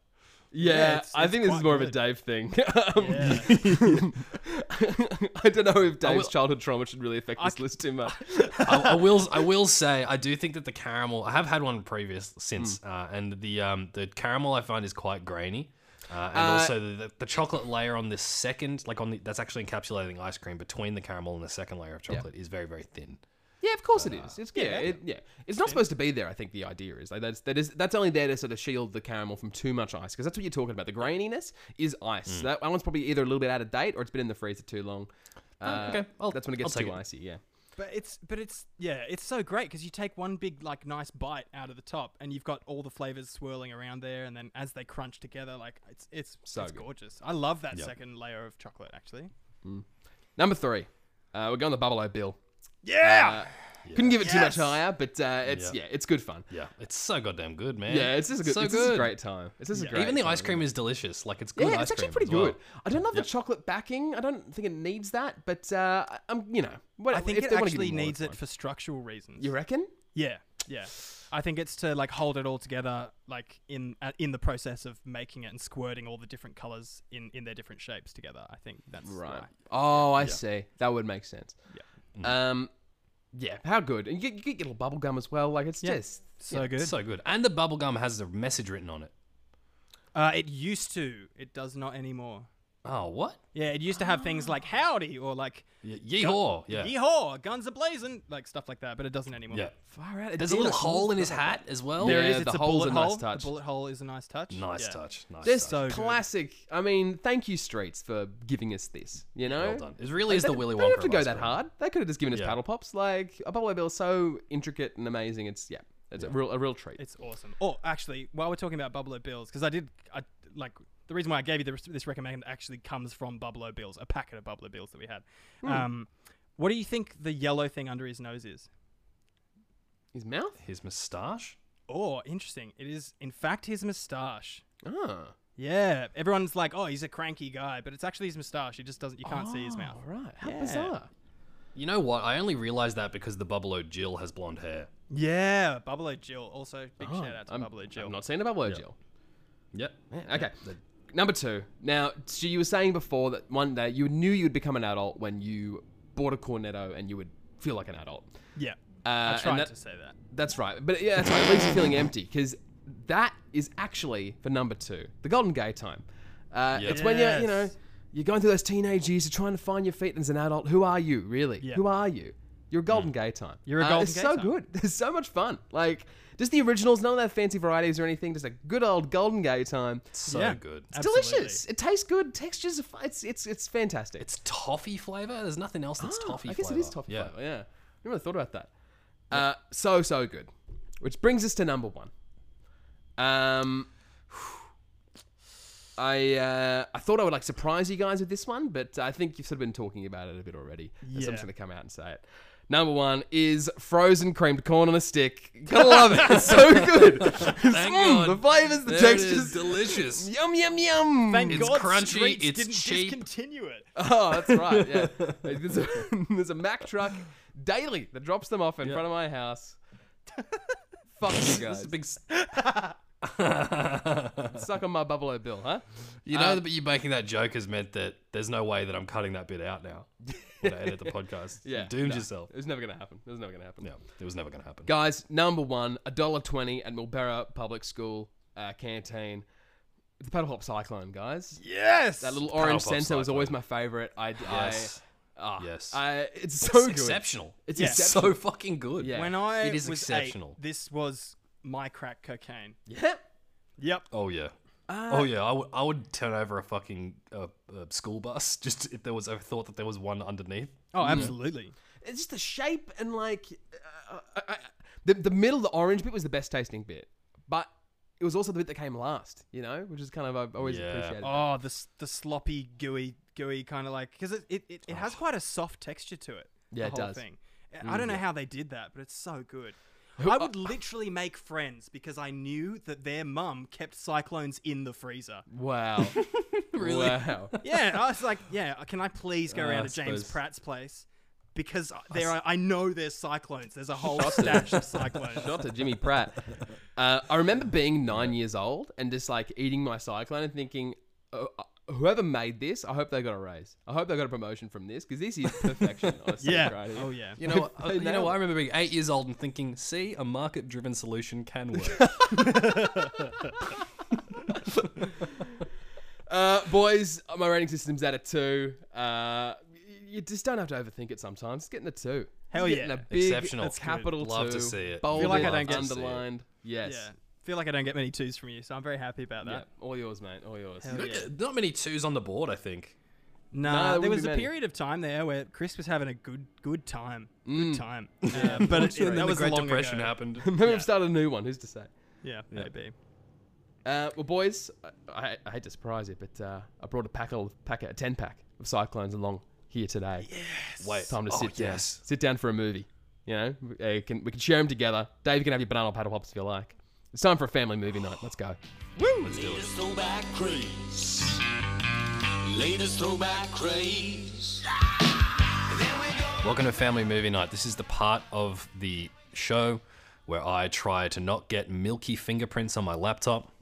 [SPEAKER 2] Yeah,
[SPEAKER 1] it's-
[SPEAKER 2] I
[SPEAKER 1] it's
[SPEAKER 2] think this is
[SPEAKER 1] quite
[SPEAKER 2] more of a
[SPEAKER 1] good.
[SPEAKER 2] Dave thing. Um, I don't know if Dave's childhood trauma should really affect this list too much.
[SPEAKER 3] I, I will I will say I do think that the caramel I have had one previous since,
[SPEAKER 2] Hmm.
[SPEAKER 3] uh, and the um the caramel I find is quite grainy. Uh, and
[SPEAKER 2] Uh,
[SPEAKER 3] also the, the chocolate layer on this second, like on the, that's actually encapsulating ice cream between the caramel and the second layer of chocolate is very very thin.
[SPEAKER 2] Yeah, of course it is. It's yeah, it, yeah. It's not supposed to be there. I think the idea is like that's that is that's only there to sort of shield the caramel from too much ice because that's what you're talking about. The graininess is ice. That one's probably either a little bit out of date or it's been in the freezer too long. Uh,
[SPEAKER 3] okay. I'll-
[SPEAKER 2] that's when it gets
[SPEAKER 3] I'll
[SPEAKER 2] too
[SPEAKER 3] take it.
[SPEAKER 2] icy. Yeah.
[SPEAKER 1] But it's but it's yeah, it's so great because you take one big like nice bite out of the top, and you've got all the flavors swirling around there, and then as they crunch together, like it's it's
[SPEAKER 2] So
[SPEAKER 1] it's
[SPEAKER 2] good.
[SPEAKER 1] gorgeous. I love that second layer of chocolate actually.
[SPEAKER 2] Number three, uh, we're going the Bubble O Bill. Uh,
[SPEAKER 1] Yeah,
[SPEAKER 2] Couldn't give it too much
[SPEAKER 1] Ah! Yes!
[SPEAKER 2] higher, but uh, it's yeah.
[SPEAKER 3] Yeah.
[SPEAKER 2] it's good fun.
[SPEAKER 3] Yeah, it's so goddamn good, man.
[SPEAKER 2] Yeah, it's just a good.
[SPEAKER 3] So
[SPEAKER 2] it's just a great time. It's just a great.
[SPEAKER 3] Even the ice
[SPEAKER 2] time.
[SPEAKER 3] cream is delicious. Like it's good.
[SPEAKER 2] Yeah,
[SPEAKER 3] ice
[SPEAKER 2] it's actually
[SPEAKER 3] cream
[SPEAKER 2] pretty
[SPEAKER 3] as well.
[SPEAKER 2] good. I don't love the chocolate backing. I don't think it needs that, but uh, I- I'm you know. What,
[SPEAKER 1] I think
[SPEAKER 2] Uh, if
[SPEAKER 1] it
[SPEAKER 2] they wanna give
[SPEAKER 1] actually
[SPEAKER 2] you more,
[SPEAKER 1] needs
[SPEAKER 2] it's
[SPEAKER 1] it for
[SPEAKER 2] fine.
[SPEAKER 1] structural reasons.
[SPEAKER 2] You reckon?
[SPEAKER 1] yeah, yeah. I think it's to like hold it all together, like in uh, in the process of making it and squirting all the different colors in in their different shapes together. I think that's
[SPEAKER 2] Right.
[SPEAKER 1] why.
[SPEAKER 2] Oh, I see. That would make sense. Yeah. Um, yeah. How good? And you, get- you get little bubble gum as well. Like it's
[SPEAKER 1] Yeah.
[SPEAKER 2] just
[SPEAKER 1] So good.
[SPEAKER 3] It's so good. And the bubble gum has a message written on it.
[SPEAKER 1] uh, it used to. It does not anymore.
[SPEAKER 3] Oh, what?
[SPEAKER 1] Yeah, it used to have things like
[SPEAKER 3] Ah.
[SPEAKER 1] howdy or like
[SPEAKER 3] Ye- Yeehaw. Yeah.
[SPEAKER 1] yeehaw, guns ablazing, like stuff like that. But it doesn't anymore.
[SPEAKER 3] Yeah.
[SPEAKER 2] far out.
[SPEAKER 3] There's a little hole in his hat as well.
[SPEAKER 1] There
[SPEAKER 2] Yeah,
[SPEAKER 1] is.
[SPEAKER 2] the
[SPEAKER 1] It's a
[SPEAKER 2] hole's
[SPEAKER 1] bullet
[SPEAKER 2] a nice
[SPEAKER 1] hole.
[SPEAKER 2] touch.
[SPEAKER 1] The bullet hole is a nice touch.
[SPEAKER 3] Nice
[SPEAKER 1] Yeah.
[SPEAKER 3] touch. Nice
[SPEAKER 2] This
[SPEAKER 3] touch.
[SPEAKER 1] so good.
[SPEAKER 2] classic. I mean, thank you, Streets, for giving us this. You know,
[SPEAKER 3] Well done. It really is the
[SPEAKER 2] They-
[SPEAKER 3] Willy Wonka.
[SPEAKER 2] They don't have to
[SPEAKER 3] of
[SPEAKER 2] go
[SPEAKER 3] ice
[SPEAKER 2] that
[SPEAKER 3] cream.
[SPEAKER 2] hard. They could have just given us
[SPEAKER 3] Yeah.
[SPEAKER 2] paddle pops. Like a bubble bill is so intricate and amazing. It's yeah, it's a real a real treat.
[SPEAKER 1] It's awesome. Oh, actually, while we're talking about Buffalo Bills, because I did, I like the reason why I gave you this, this recommend actually comes from Buffalo Bills, a packet of Buffalo Bills that we had.
[SPEAKER 3] Hmm.
[SPEAKER 1] Um, what do you think the yellow thing under his nose is?
[SPEAKER 2] His mouth.
[SPEAKER 3] His moustache.
[SPEAKER 1] Oh, interesting. It is, in fact, his moustache.
[SPEAKER 2] Ah.
[SPEAKER 1] Yeah, everyone's like, "Oh, he's a cranky guy," but it's actually his moustache. He just doesn't. You can't see his
[SPEAKER 2] Oh,
[SPEAKER 1] mouth.
[SPEAKER 2] Right. How
[SPEAKER 1] Yeah.
[SPEAKER 2] bizarre.
[SPEAKER 3] You know what? I only realized that because the Bubble O Jill has blonde hair.
[SPEAKER 1] Yeah, Bubblo Jill. Also, big shout out to
[SPEAKER 2] Oh, I'm,
[SPEAKER 1] Bubblo Jill.
[SPEAKER 2] I'm not saying about Word Jill.
[SPEAKER 3] Yep.
[SPEAKER 2] Man, okay. Number two. Now, so you were saying before that one day you knew you'd become an adult when you bought a cornetto and you would feel like an adult.
[SPEAKER 1] yeah,
[SPEAKER 2] Uh,
[SPEAKER 1] I tried
[SPEAKER 2] and that-
[SPEAKER 1] to say that.
[SPEAKER 2] That's right. But yeah, that's right. It leaves you feeling empty because that is actually for number two, the golden gay time. Uh,
[SPEAKER 3] Yeah.
[SPEAKER 2] It's when you're, you know,
[SPEAKER 1] Yes.
[SPEAKER 2] you're going through those teenage years, you're trying to find your feet as an adult. Who are you, really?
[SPEAKER 1] Yeah. Hmm.
[SPEAKER 2] Who are you? You're a golden gay time.
[SPEAKER 1] You're a
[SPEAKER 2] Uh,
[SPEAKER 1] golden
[SPEAKER 2] It's
[SPEAKER 1] gay
[SPEAKER 2] so
[SPEAKER 1] time.
[SPEAKER 2] good. It's so much fun. Like, just the originals, none of that fancy varieties or anything. Just a good old golden gay time. It's
[SPEAKER 3] So
[SPEAKER 1] Yeah.
[SPEAKER 3] good.
[SPEAKER 1] Ab-
[SPEAKER 2] delicious. It tastes good. Textures are fun. It's, it's, it's fantastic.
[SPEAKER 3] It's toffee flavor. There's nothing else that's
[SPEAKER 2] Ah,
[SPEAKER 3] toffee.
[SPEAKER 2] I guess
[SPEAKER 3] flavor.
[SPEAKER 2] it is toffee
[SPEAKER 3] yeah.
[SPEAKER 2] flavor. Yeah, I never really thought about that. Uh, so so good. Which brings us to number one. Um, I uh, I thought I would like surprise you guys with this one, but I think you've sort of been talking about it a bit already. and So I'm
[SPEAKER 1] Yeah.
[SPEAKER 2] just gonna come out and say it. Number one is frozen creamed corn on a stick. Gotta love it. It's so good.
[SPEAKER 3] Thank
[SPEAKER 2] Mm,
[SPEAKER 3] God.
[SPEAKER 2] the flavors, the
[SPEAKER 3] There it is.
[SPEAKER 2] textures.
[SPEAKER 3] delicious.
[SPEAKER 2] Yum yum yum.
[SPEAKER 1] Thank
[SPEAKER 3] It's
[SPEAKER 1] God,
[SPEAKER 3] crunchy,
[SPEAKER 1] Streets
[SPEAKER 3] it's
[SPEAKER 1] didn't
[SPEAKER 3] cheap.
[SPEAKER 1] discontinue it.
[SPEAKER 2] Oh, that's right. Yeah, there's a, there's a Mack truck daily that drops them off in
[SPEAKER 3] Yeah.
[SPEAKER 2] front of my house. Fuck you
[SPEAKER 3] This is
[SPEAKER 2] guys.
[SPEAKER 3] a big. s-
[SPEAKER 2] Suck on my Buffalo Bill, huh?
[SPEAKER 3] you know, that you making that joke has meant that there's no way that I'm cutting that bit out now. When I edit the podcast.
[SPEAKER 2] Yeah,
[SPEAKER 3] you doomed
[SPEAKER 2] no.
[SPEAKER 3] yourself.
[SPEAKER 2] It was never gonna happen. It was never gonna happen.
[SPEAKER 3] No, it was never going to happen.
[SPEAKER 2] Guys, number one, a dollar twenty at Milbera Public School uh, canteen. The paddle hop cyclone, guys.
[SPEAKER 1] Yes,
[SPEAKER 2] That little orange
[SPEAKER 3] Pop
[SPEAKER 2] sensor was
[SPEAKER 3] Cyclone.
[SPEAKER 2] always my favorite. I,
[SPEAKER 3] Yes.
[SPEAKER 2] I, oh,
[SPEAKER 3] Yes.
[SPEAKER 2] I, it's so
[SPEAKER 3] it's
[SPEAKER 2] good.
[SPEAKER 3] exceptional.
[SPEAKER 2] It's
[SPEAKER 1] Yeah.
[SPEAKER 2] exceptional.
[SPEAKER 3] so fucking good.
[SPEAKER 2] Yeah.
[SPEAKER 1] When I
[SPEAKER 3] It is
[SPEAKER 1] was
[SPEAKER 3] exceptional.
[SPEAKER 1] Eight, this was my crack cocaine.
[SPEAKER 2] Yep.
[SPEAKER 1] Yep.
[SPEAKER 3] Oh yeah. oh yeah. I would I would turn over a fucking uh, uh, school bus just if there was. I thought that there was one underneath.
[SPEAKER 1] Oh, absolutely.
[SPEAKER 2] it's just the shape and like uh, uh, uh, the the middle, the orange bit was the best tasting bit, but it was also the bit that came last. You know, which is kind of I've always
[SPEAKER 3] Yeah.
[SPEAKER 2] appreciated.
[SPEAKER 1] Oh, the s- the sloppy, gooey, gooey kind of like because it it, it, it has quite a soft texture to it. the
[SPEAKER 2] Yeah, it
[SPEAKER 1] whole
[SPEAKER 2] does.
[SPEAKER 1] Thing. I don't know how they did that, but it's so good. I would literally make friends because I knew that their mum kept cyclones in the freezer.
[SPEAKER 2] Wow, really? Wow.
[SPEAKER 1] Yeah, I was like, yeah, can I please go
[SPEAKER 3] Uh,
[SPEAKER 1] around
[SPEAKER 3] I
[SPEAKER 1] to James
[SPEAKER 3] suppose-
[SPEAKER 1] Pratt's place? Because there are, I know there's cyclones. There's a whole stash of cyclones.
[SPEAKER 2] Shout out to Jimmy Pratt. Uh, I remember being nine years old and just like eating my cyclone and thinking, oh, uh, whoever made this, I hope they got a raise. I hope they got a promotion from this because this is perfection. honestly,
[SPEAKER 1] Yeah.
[SPEAKER 2] right here.
[SPEAKER 1] Oh yeah.
[SPEAKER 3] You know, what-
[SPEAKER 2] They
[SPEAKER 3] Uh, you know,
[SPEAKER 2] nailed
[SPEAKER 3] what? I
[SPEAKER 2] it.
[SPEAKER 3] remember being eight years old and thinking, "See, a market-driven solution can work."
[SPEAKER 2] Uh, boys, my rating system's at a two. Uh, y- you just don't have to overthink it sometimes. It's getting a two.
[SPEAKER 1] Hell
[SPEAKER 2] It's getting
[SPEAKER 1] yeah.
[SPEAKER 2] A big
[SPEAKER 3] Exceptional.
[SPEAKER 1] That's good.
[SPEAKER 2] Capital
[SPEAKER 3] Love
[SPEAKER 2] two.
[SPEAKER 3] to see it.
[SPEAKER 2] Bolded,
[SPEAKER 1] Feel like I don't get-
[SPEAKER 2] underlined. Yes.
[SPEAKER 1] Yeah. Feel like I don't get many twos from you, so I'm very happy about
[SPEAKER 2] Yeah,
[SPEAKER 1] that.
[SPEAKER 2] all yours, mate. All yours.
[SPEAKER 1] Hell yeah.
[SPEAKER 3] Not many twos on the board, I think.
[SPEAKER 1] Nah,
[SPEAKER 2] there
[SPEAKER 1] there
[SPEAKER 2] wouldn't
[SPEAKER 1] was
[SPEAKER 2] be
[SPEAKER 1] a
[SPEAKER 2] many.
[SPEAKER 1] period of time there where Chris was having a good good time. Good time. Uh, but it,
[SPEAKER 3] And
[SPEAKER 1] that
[SPEAKER 3] then
[SPEAKER 1] was
[SPEAKER 3] the Great
[SPEAKER 1] long
[SPEAKER 3] Depression
[SPEAKER 1] ago.
[SPEAKER 3] happened.
[SPEAKER 2] Maybe we've started a new one. Who's to say?
[SPEAKER 1] Yeah, maybe.
[SPEAKER 2] Uh, well, boys, I, I hate to surprise you, but uh, I brought a pack of, pack a ten pack of cyclones along here today.
[SPEAKER 3] Wait,
[SPEAKER 2] Time to
[SPEAKER 3] oh,
[SPEAKER 2] sit down.
[SPEAKER 3] yes.
[SPEAKER 2] Sit down for a movie. You know, we uh, can we can share them together. Dave, you can have your banana paddle pops if you like. It's time for a family movie night. Let's go.
[SPEAKER 5] Latest throwback craze. Latest throwback craze.
[SPEAKER 3] Welcome to Family Movie Night. This is the part of the show where I try to not get milky fingerprints on my laptop.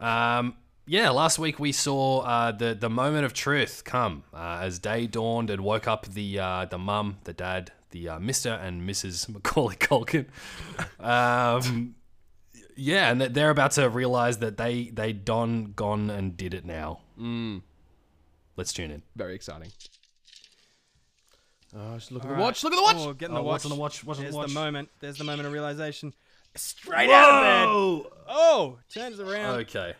[SPEAKER 3] um, yeah, last week we saw uh, the the moment of truth come uh, as day dawned and woke up the uh, the mum, the dad, the uh, Mister and Mrs. Macaulay Culkin. Um, yeah, and that they're about to realize that they they done gone and did it now. Let's tune in.
[SPEAKER 2] Very exciting. Oh, just look at the
[SPEAKER 1] Alright.
[SPEAKER 2] watch. Look at the watch.
[SPEAKER 1] Oh, getting
[SPEAKER 3] Oh,
[SPEAKER 1] the watch.
[SPEAKER 3] what's on the watch? What's on
[SPEAKER 1] There's
[SPEAKER 3] the watch?
[SPEAKER 1] the moment. There's the moment of realization. Straight out of bed. Oh, turns around.
[SPEAKER 3] Okay.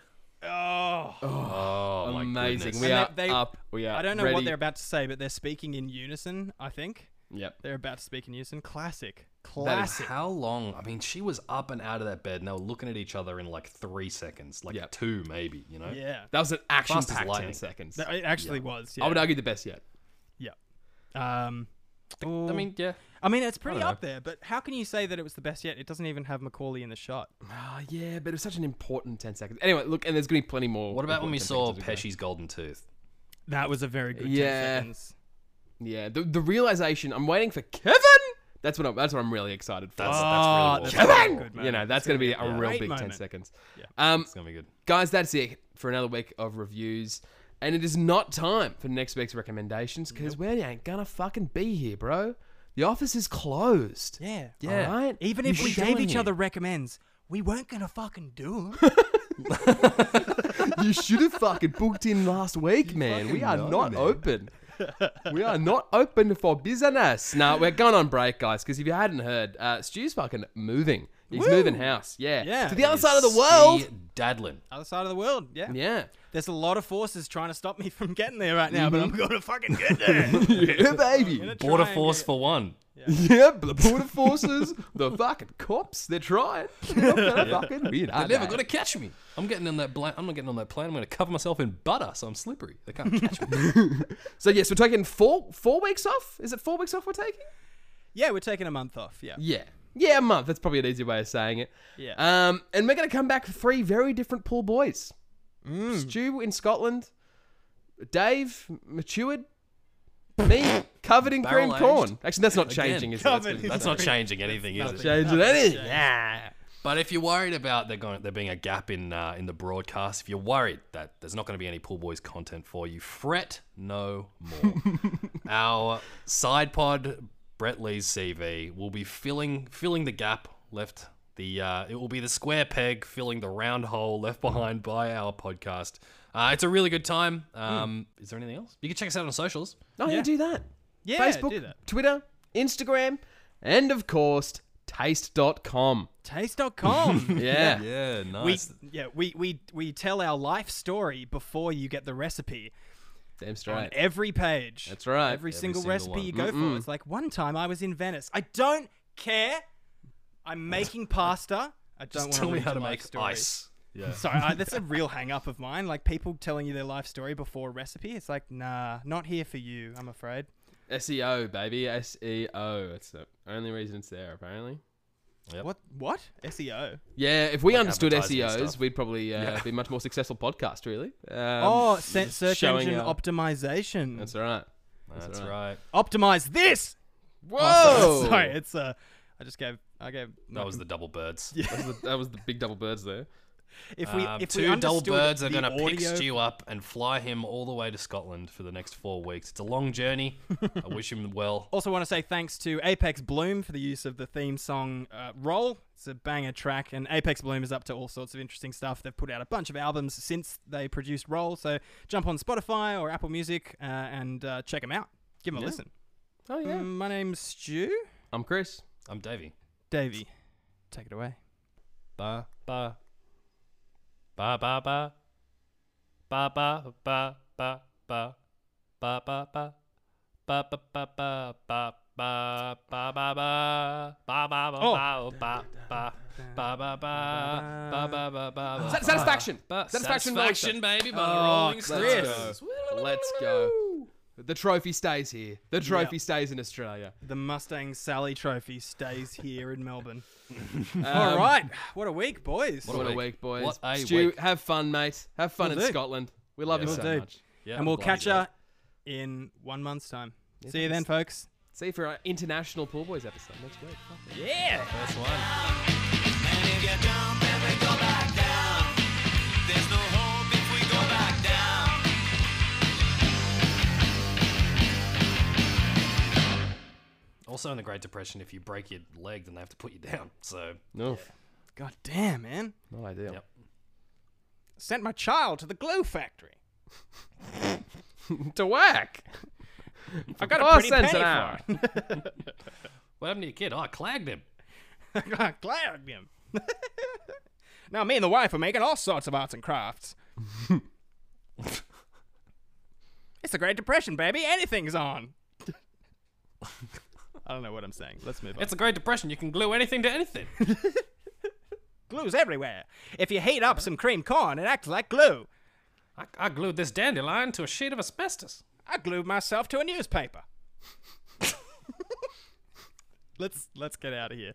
[SPEAKER 1] Oh.
[SPEAKER 3] Oh my
[SPEAKER 2] Amazing.
[SPEAKER 3] goodness.
[SPEAKER 2] We
[SPEAKER 1] And
[SPEAKER 2] are
[SPEAKER 1] they- they-
[SPEAKER 2] up. We are.
[SPEAKER 1] I don't know
[SPEAKER 2] ready.
[SPEAKER 1] what they're about to say, but they're speaking in unison, I think.
[SPEAKER 2] Yep.
[SPEAKER 1] They're about to speak in unison. Classic.
[SPEAKER 3] That
[SPEAKER 1] Classic.
[SPEAKER 3] is how long? I mean, she was up and out of that bed, and they were looking at each other in like three seconds, like
[SPEAKER 2] Yep.
[SPEAKER 3] two maybe. You know.
[SPEAKER 1] yeah.
[SPEAKER 2] That was an action-packed
[SPEAKER 3] Fast as
[SPEAKER 2] ten
[SPEAKER 3] lightning.
[SPEAKER 2] seconds.
[SPEAKER 1] That- it actually was. Yeah.
[SPEAKER 2] I would argue the best yet.
[SPEAKER 1] yeah. Um,
[SPEAKER 3] I mean, yeah.
[SPEAKER 1] I mean, it's pretty
[SPEAKER 3] don't know.
[SPEAKER 1] up there, but how can you say that it was the best yet? It doesn't even have Macaulay in the shot.
[SPEAKER 2] Ah, yeah, but it was such an important 10 seconds. Anyway, look, and there's going to be plenty more.
[SPEAKER 3] What about when we saw
[SPEAKER 2] important 10 seconds
[SPEAKER 3] Pesci's golden tooth?
[SPEAKER 1] That was a very good 10
[SPEAKER 2] Yeah.
[SPEAKER 1] seconds.
[SPEAKER 2] to go. Yeah, the, the realization, I'm waiting for Kevin! That's what I'm, that's what I'm really excited for. Oh,
[SPEAKER 3] That's,
[SPEAKER 1] Ah,
[SPEAKER 3] that's
[SPEAKER 1] that's
[SPEAKER 3] really
[SPEAKER 1] a
[SPEAKER 3] awesome.
[SPEAKER 1] good moment.
[SPEAKER 2] you know, that's going to be a real
[SPEAKER 1] great
[SPEAKER 2] big 10
[SPEAKER 1] moment.
[SPEAKER 2] seconds.
[SPEAKER 1] Yeah.
[SPEAKER 2] Um,
[SPEAKER 3] It's gonna be good.
[SPEAKER 2] guys, that's it for another week of reviews. And it is not time for next week's recommendations because we ain't gonna fucking be here, bro. The office is closed.
[SPEAKER 1] Yeah.
[SPEAKER 2] Yeah. Alright?
[SPEAKER 1] Even
[SPEAKER 2] You
[SPEAKER 1] if we
[SPEAKER 2] should
[SPEAKER 1] gave
[SPEAKER 2] go
[SPEAKER 1] each
[SPEAKER 2] here.
[SPEAKER 1] other recommends, we weren't going to fucking do 'em.
[SPEAKER 2] you should have fucking booked in last week, man. We are not open. we are not open for business. No, we're going on break, guys, because if you hadn't heard, uh, Stu's fucking moving. He's moving house. Yeah.
[SPEAKER 1] Yeah,
[SPEAKER 2] To the other
[SPEAKER 1] he
[SPEAKER 2] side of the world.
[SPEAKER 3] Steve Dadlin.
[SPEAKER 1] Other side of the world. Yeah.
[SPEAKER 2] Yeah.
[SPEAKER 1] There's a lot of forces trying to stop me from getting there right now, but I'm going to fucking get there.
[SPEAKER 2] yeah, baby.
[SPEAKER 1] Gonna try
[SPEAKER 3] Border
[SPEAKER 1] and
[SPEAKER 3] force
[SPEAKER 1] get-
[SPEAKER 3] for one.
[SPEAKER 2] Yeah, the border forces, the fucking cops, they're trying. They're not gonna fucking win. are
[SPEAKER 3] They're never
[SPEAKER 2] they?
[SPEAKER 3] gonna catch me. I'm getting in that. Bla- I'm not getting on that plane. I'm gonna cover myself in butter, so I'm slippery. They can't catch me.
[SPEAKER 2] So yes, we're taking four four weeks off. Is it four weeks off we're taking?
[SPEAKER 1] Yeah, we're taking a month off. Yeah.
[SPEAKER 2] Yeah. Yeah, a month. That's probably an easy way of saying it.
[SPEAKER 1] Yeah.
[SPEAKER 2] Um, and we're going to come back for three very different pool boys. Stu in Scotland, Dave matured, me covered in cream
[SPEAKER 3] Barrel-aged.
[SPEAKER 2] corn. Actually, that's not
[SPEAKER 3] Again,
[SPEAKER 2] changing. Is it?
[SPEAKER 1] covered
[SPEAKER 2] That's
[SPEAKER 1] in-
[SPEAKER 3] That's not changing anything, is it?
[SPEAKER 1] nothing.
[SPEAKER 2] changing anything. Yeah.
[SPEAKER 3] But if you're worried about there going there being a gap in uh, in the broadcast, if you're worried that there's not going to be any Pool Boys content for you, fret no more. Our side pod, Brett Lee's CV, will be filling filling the gap left. The uh, it will be the square peg filling the round hole left behind by our podcast. Uh, it's a really good time. Um, Is there anything else? You can check us out on socials.
[SPEAKER 2] Oh, yeah, do that.
[SPEAKER 1] Yeah,
[SPEAKER 2] Facebook,
[SPEAKER 1] do that.
[SPEAKER 2] Twitter, Instagram, and of course, taste.com.
[SPEAKER 1] Taste.com.
[SPEAKER 2] Yeah.
[SPEAKER 3] Yeah,
[SPEAKER 1] we,
[SPEAKER 3] nice.
[SPEAKER 1] yeah, we, we, we tell our life story before you get the recipe.
[SPEAKER 2] Damn
[SPEAKER 1] on
[SPEAKER 2] straight.
[SPEAKER 1] every page.
[SPEAKER 2] That's right.
[SPEAKER 1] Every, single,
[SPEAKER 3] single
[SPEAKER 1] recipe
[SPEAKER 3] one.
[SPEAKER 1] you go for. It's like one time I was in Venice. I don't care. I'm making pasta. I don't want
[SPEAKER 3] Tell me how to make
[SPEAKER 1] story.
[SPEAKER 3] ice. Yeah.
[SPEAKER 1] Sorry, I, that's a real hang up of mine. Like people telling you their life story before recipe. It's like, nah, not here for you. I'm afraid.
[SPEAKER 2] SEO, E baby. SEO. That's the only reason it's there, apparently.
[SPEAKER 3] Yep.
[SPEAKER 1] What? What? E SEO.
[SPEAKER 2] Yeah, if we understood
[SPEAKER 3] advertising and
[SPEAKER 2] SEOs,
[SPEAKER 3] stuff.
[SPEAKER 2] we'd probably uh,
[SPEAKER 3] Yeah.
[SPEAKER 2] be a much more successful podcast, really. Um,
[SPEAKER 1] oh, se- search
[SPEAKER 2] showing
[SPEAKER 1] engine
[SPEAKER 2] our-
[SPEAKER 1] optimization.
[SPEAKER 2] that's all right.
[SPEAKER 3] That's
[SPEAKER 2] right.
[SPEAKER 3] right.
[SPEAKER 1] Optimize this.
[SPEAKER 2] Whoa!
[SPEAKER 1] Oh, sorry, sorry, it's uh, I just gave. I gave.
[SPEAKER 3] That was the double birds.
[SPEAKER 2] that, was the, that was the big double birds there.
[SPEAKER 1] If we,
[SPEAKER 3] Um,
[SPEAKER 1] if
[SPEAKER 3] two
[SPEAKER 1] we
[SPEAKER 3] dull
[SPEAKER 1] understood
[SPEAKER 3] birds are
[SPEAKER 1] the
[SPEAKER 3] going to pick
[SPEAKER 1] audio-
[SPEAKER 3] Stu up and fly him all the way to Scotland for the next four weeks. It's a long journey. I wish him well.
[SPEAKER 1] Also, want to say thanks to Apex Bloom for the use of the theme song uh, Roll. It's a banger track, and Apex Bloom is up to all sorts of interesting stuff. They've put out a bunch of albums since they produced Roll, so jump on Spotify or Apple Music uh, and uh, check them out. Give them a listen.
[SPEAKER 2] Oh yeah.
[SPEAKER 1] Mm, My name's Stu.
[SPEAKER 2] I'm Chris.
[SPEAKER 3] I'm Davey.
[SPEAKER 1] Davey, take it away.
[SPEAKER 3] Ba ba ba ba ba ba ba ba ba ba ba ba ba ba ba ba ba ba ba ba ba ba ba ba ba ba
[SPEAKER 1] Oh.
[SPEAKER 3] ba ba ba ba ba ba ba ba
[SPEAKER 2] Sat- satisfaction.
[SPEAKER 3] ba
[SPEAKER 2] Satisfaction,
[SPEAKER 3] satisfaction baby by the
[SPEAKER 1] Oh,
[SPEAKER 3] Rolling
[SPEAKER 1] Chris.
[SPEAKER 3] Stones.
[SPEAKER 2] Let's go. The trophy stays here. The trophy
[SPEAKER 1] Yeah.
[SPEAKER 2] stays in Australia.
[SPEAKER 1] The Mustang Sally Trophy stays here in Melbourne.
[SPEAKER 2] Um,
[SPEAKER 1] all right, what a week, boys.
[SPEAKER 2] What a
[SPEAKER 3] week.
[SPEAKER 2] week, boys.
[SPEAKER 3] What a
[SPEAKER 2] Stu,
[SPEAKER 3] week.
[SPEAKER 2] have fun, mate. Have fun
[SPEAKER 1] Will
[SPEAKER 2] in
[SPEAKER 1] do.
[SPEAKER 2] Scotland. We love you
[SPEAKER 1] Will
[SPEAKER 2] so
[SPEAKER 1] do.
[SPEAKER 2] much.
[SPEAKER 3] Yeah,
[SPEAKER 1] and we'll
[SPEAKER 3] I'm
[SPEAKER 1] catch
[SPEAKER 3] glad
[SPEAKER 1] ya in one month's time. See you then, folks.
[SPEAKER 2] See you for our international pool boys episode next week.
[SPEAKER 3] you
[SPEAKER 1] Yeah.
[SPEAKER 3] did. First one.
[SPEAKER 5] And you get down, then we go back down. There's no hope if we go back down.
[SPEAKER 3] Also, in the Great Depression, if you break your leg, then they have to put you down. So,
[SPEAKER 2] No,
[SPEAKER 1] God damn, man.
[SPEAKER 2] not ideal.
[SPEAKER 3] Yep.
[SPEAKER 1] Sent my child to the glue factory.
[SPEAKER 2] to whack.
[SPEAKER 1] I got
[SPEAKER 2] Four
[SPEAKER 1] a pretty
[SPEAKER 2] cents
[SPEAKER 1] penny
[SPEAKER 2] an hour.
[SPEAKER 1] for
[SPEAKER 3] what happened to your kid? Oh, I clagged him.
[SPEAKER 1] it. I clagged him. now me and the wife are making all sorts of arts and crafts. it's the Great Depression, baby. Anything's on. I don't know what I'm saying. Let's move on.
[SPEAKER 3] It's the Great Depression. You can glue anything to anything.
[SPEAKER 1] glue's everywhere. If you heat up some cream corn, it acts like glue.
[SPEAKER 3] I, I glued this dandelion to a sheet of asbestos.
[SPEAKER 1] I glued myself to a newspaper. let's let's get out of here.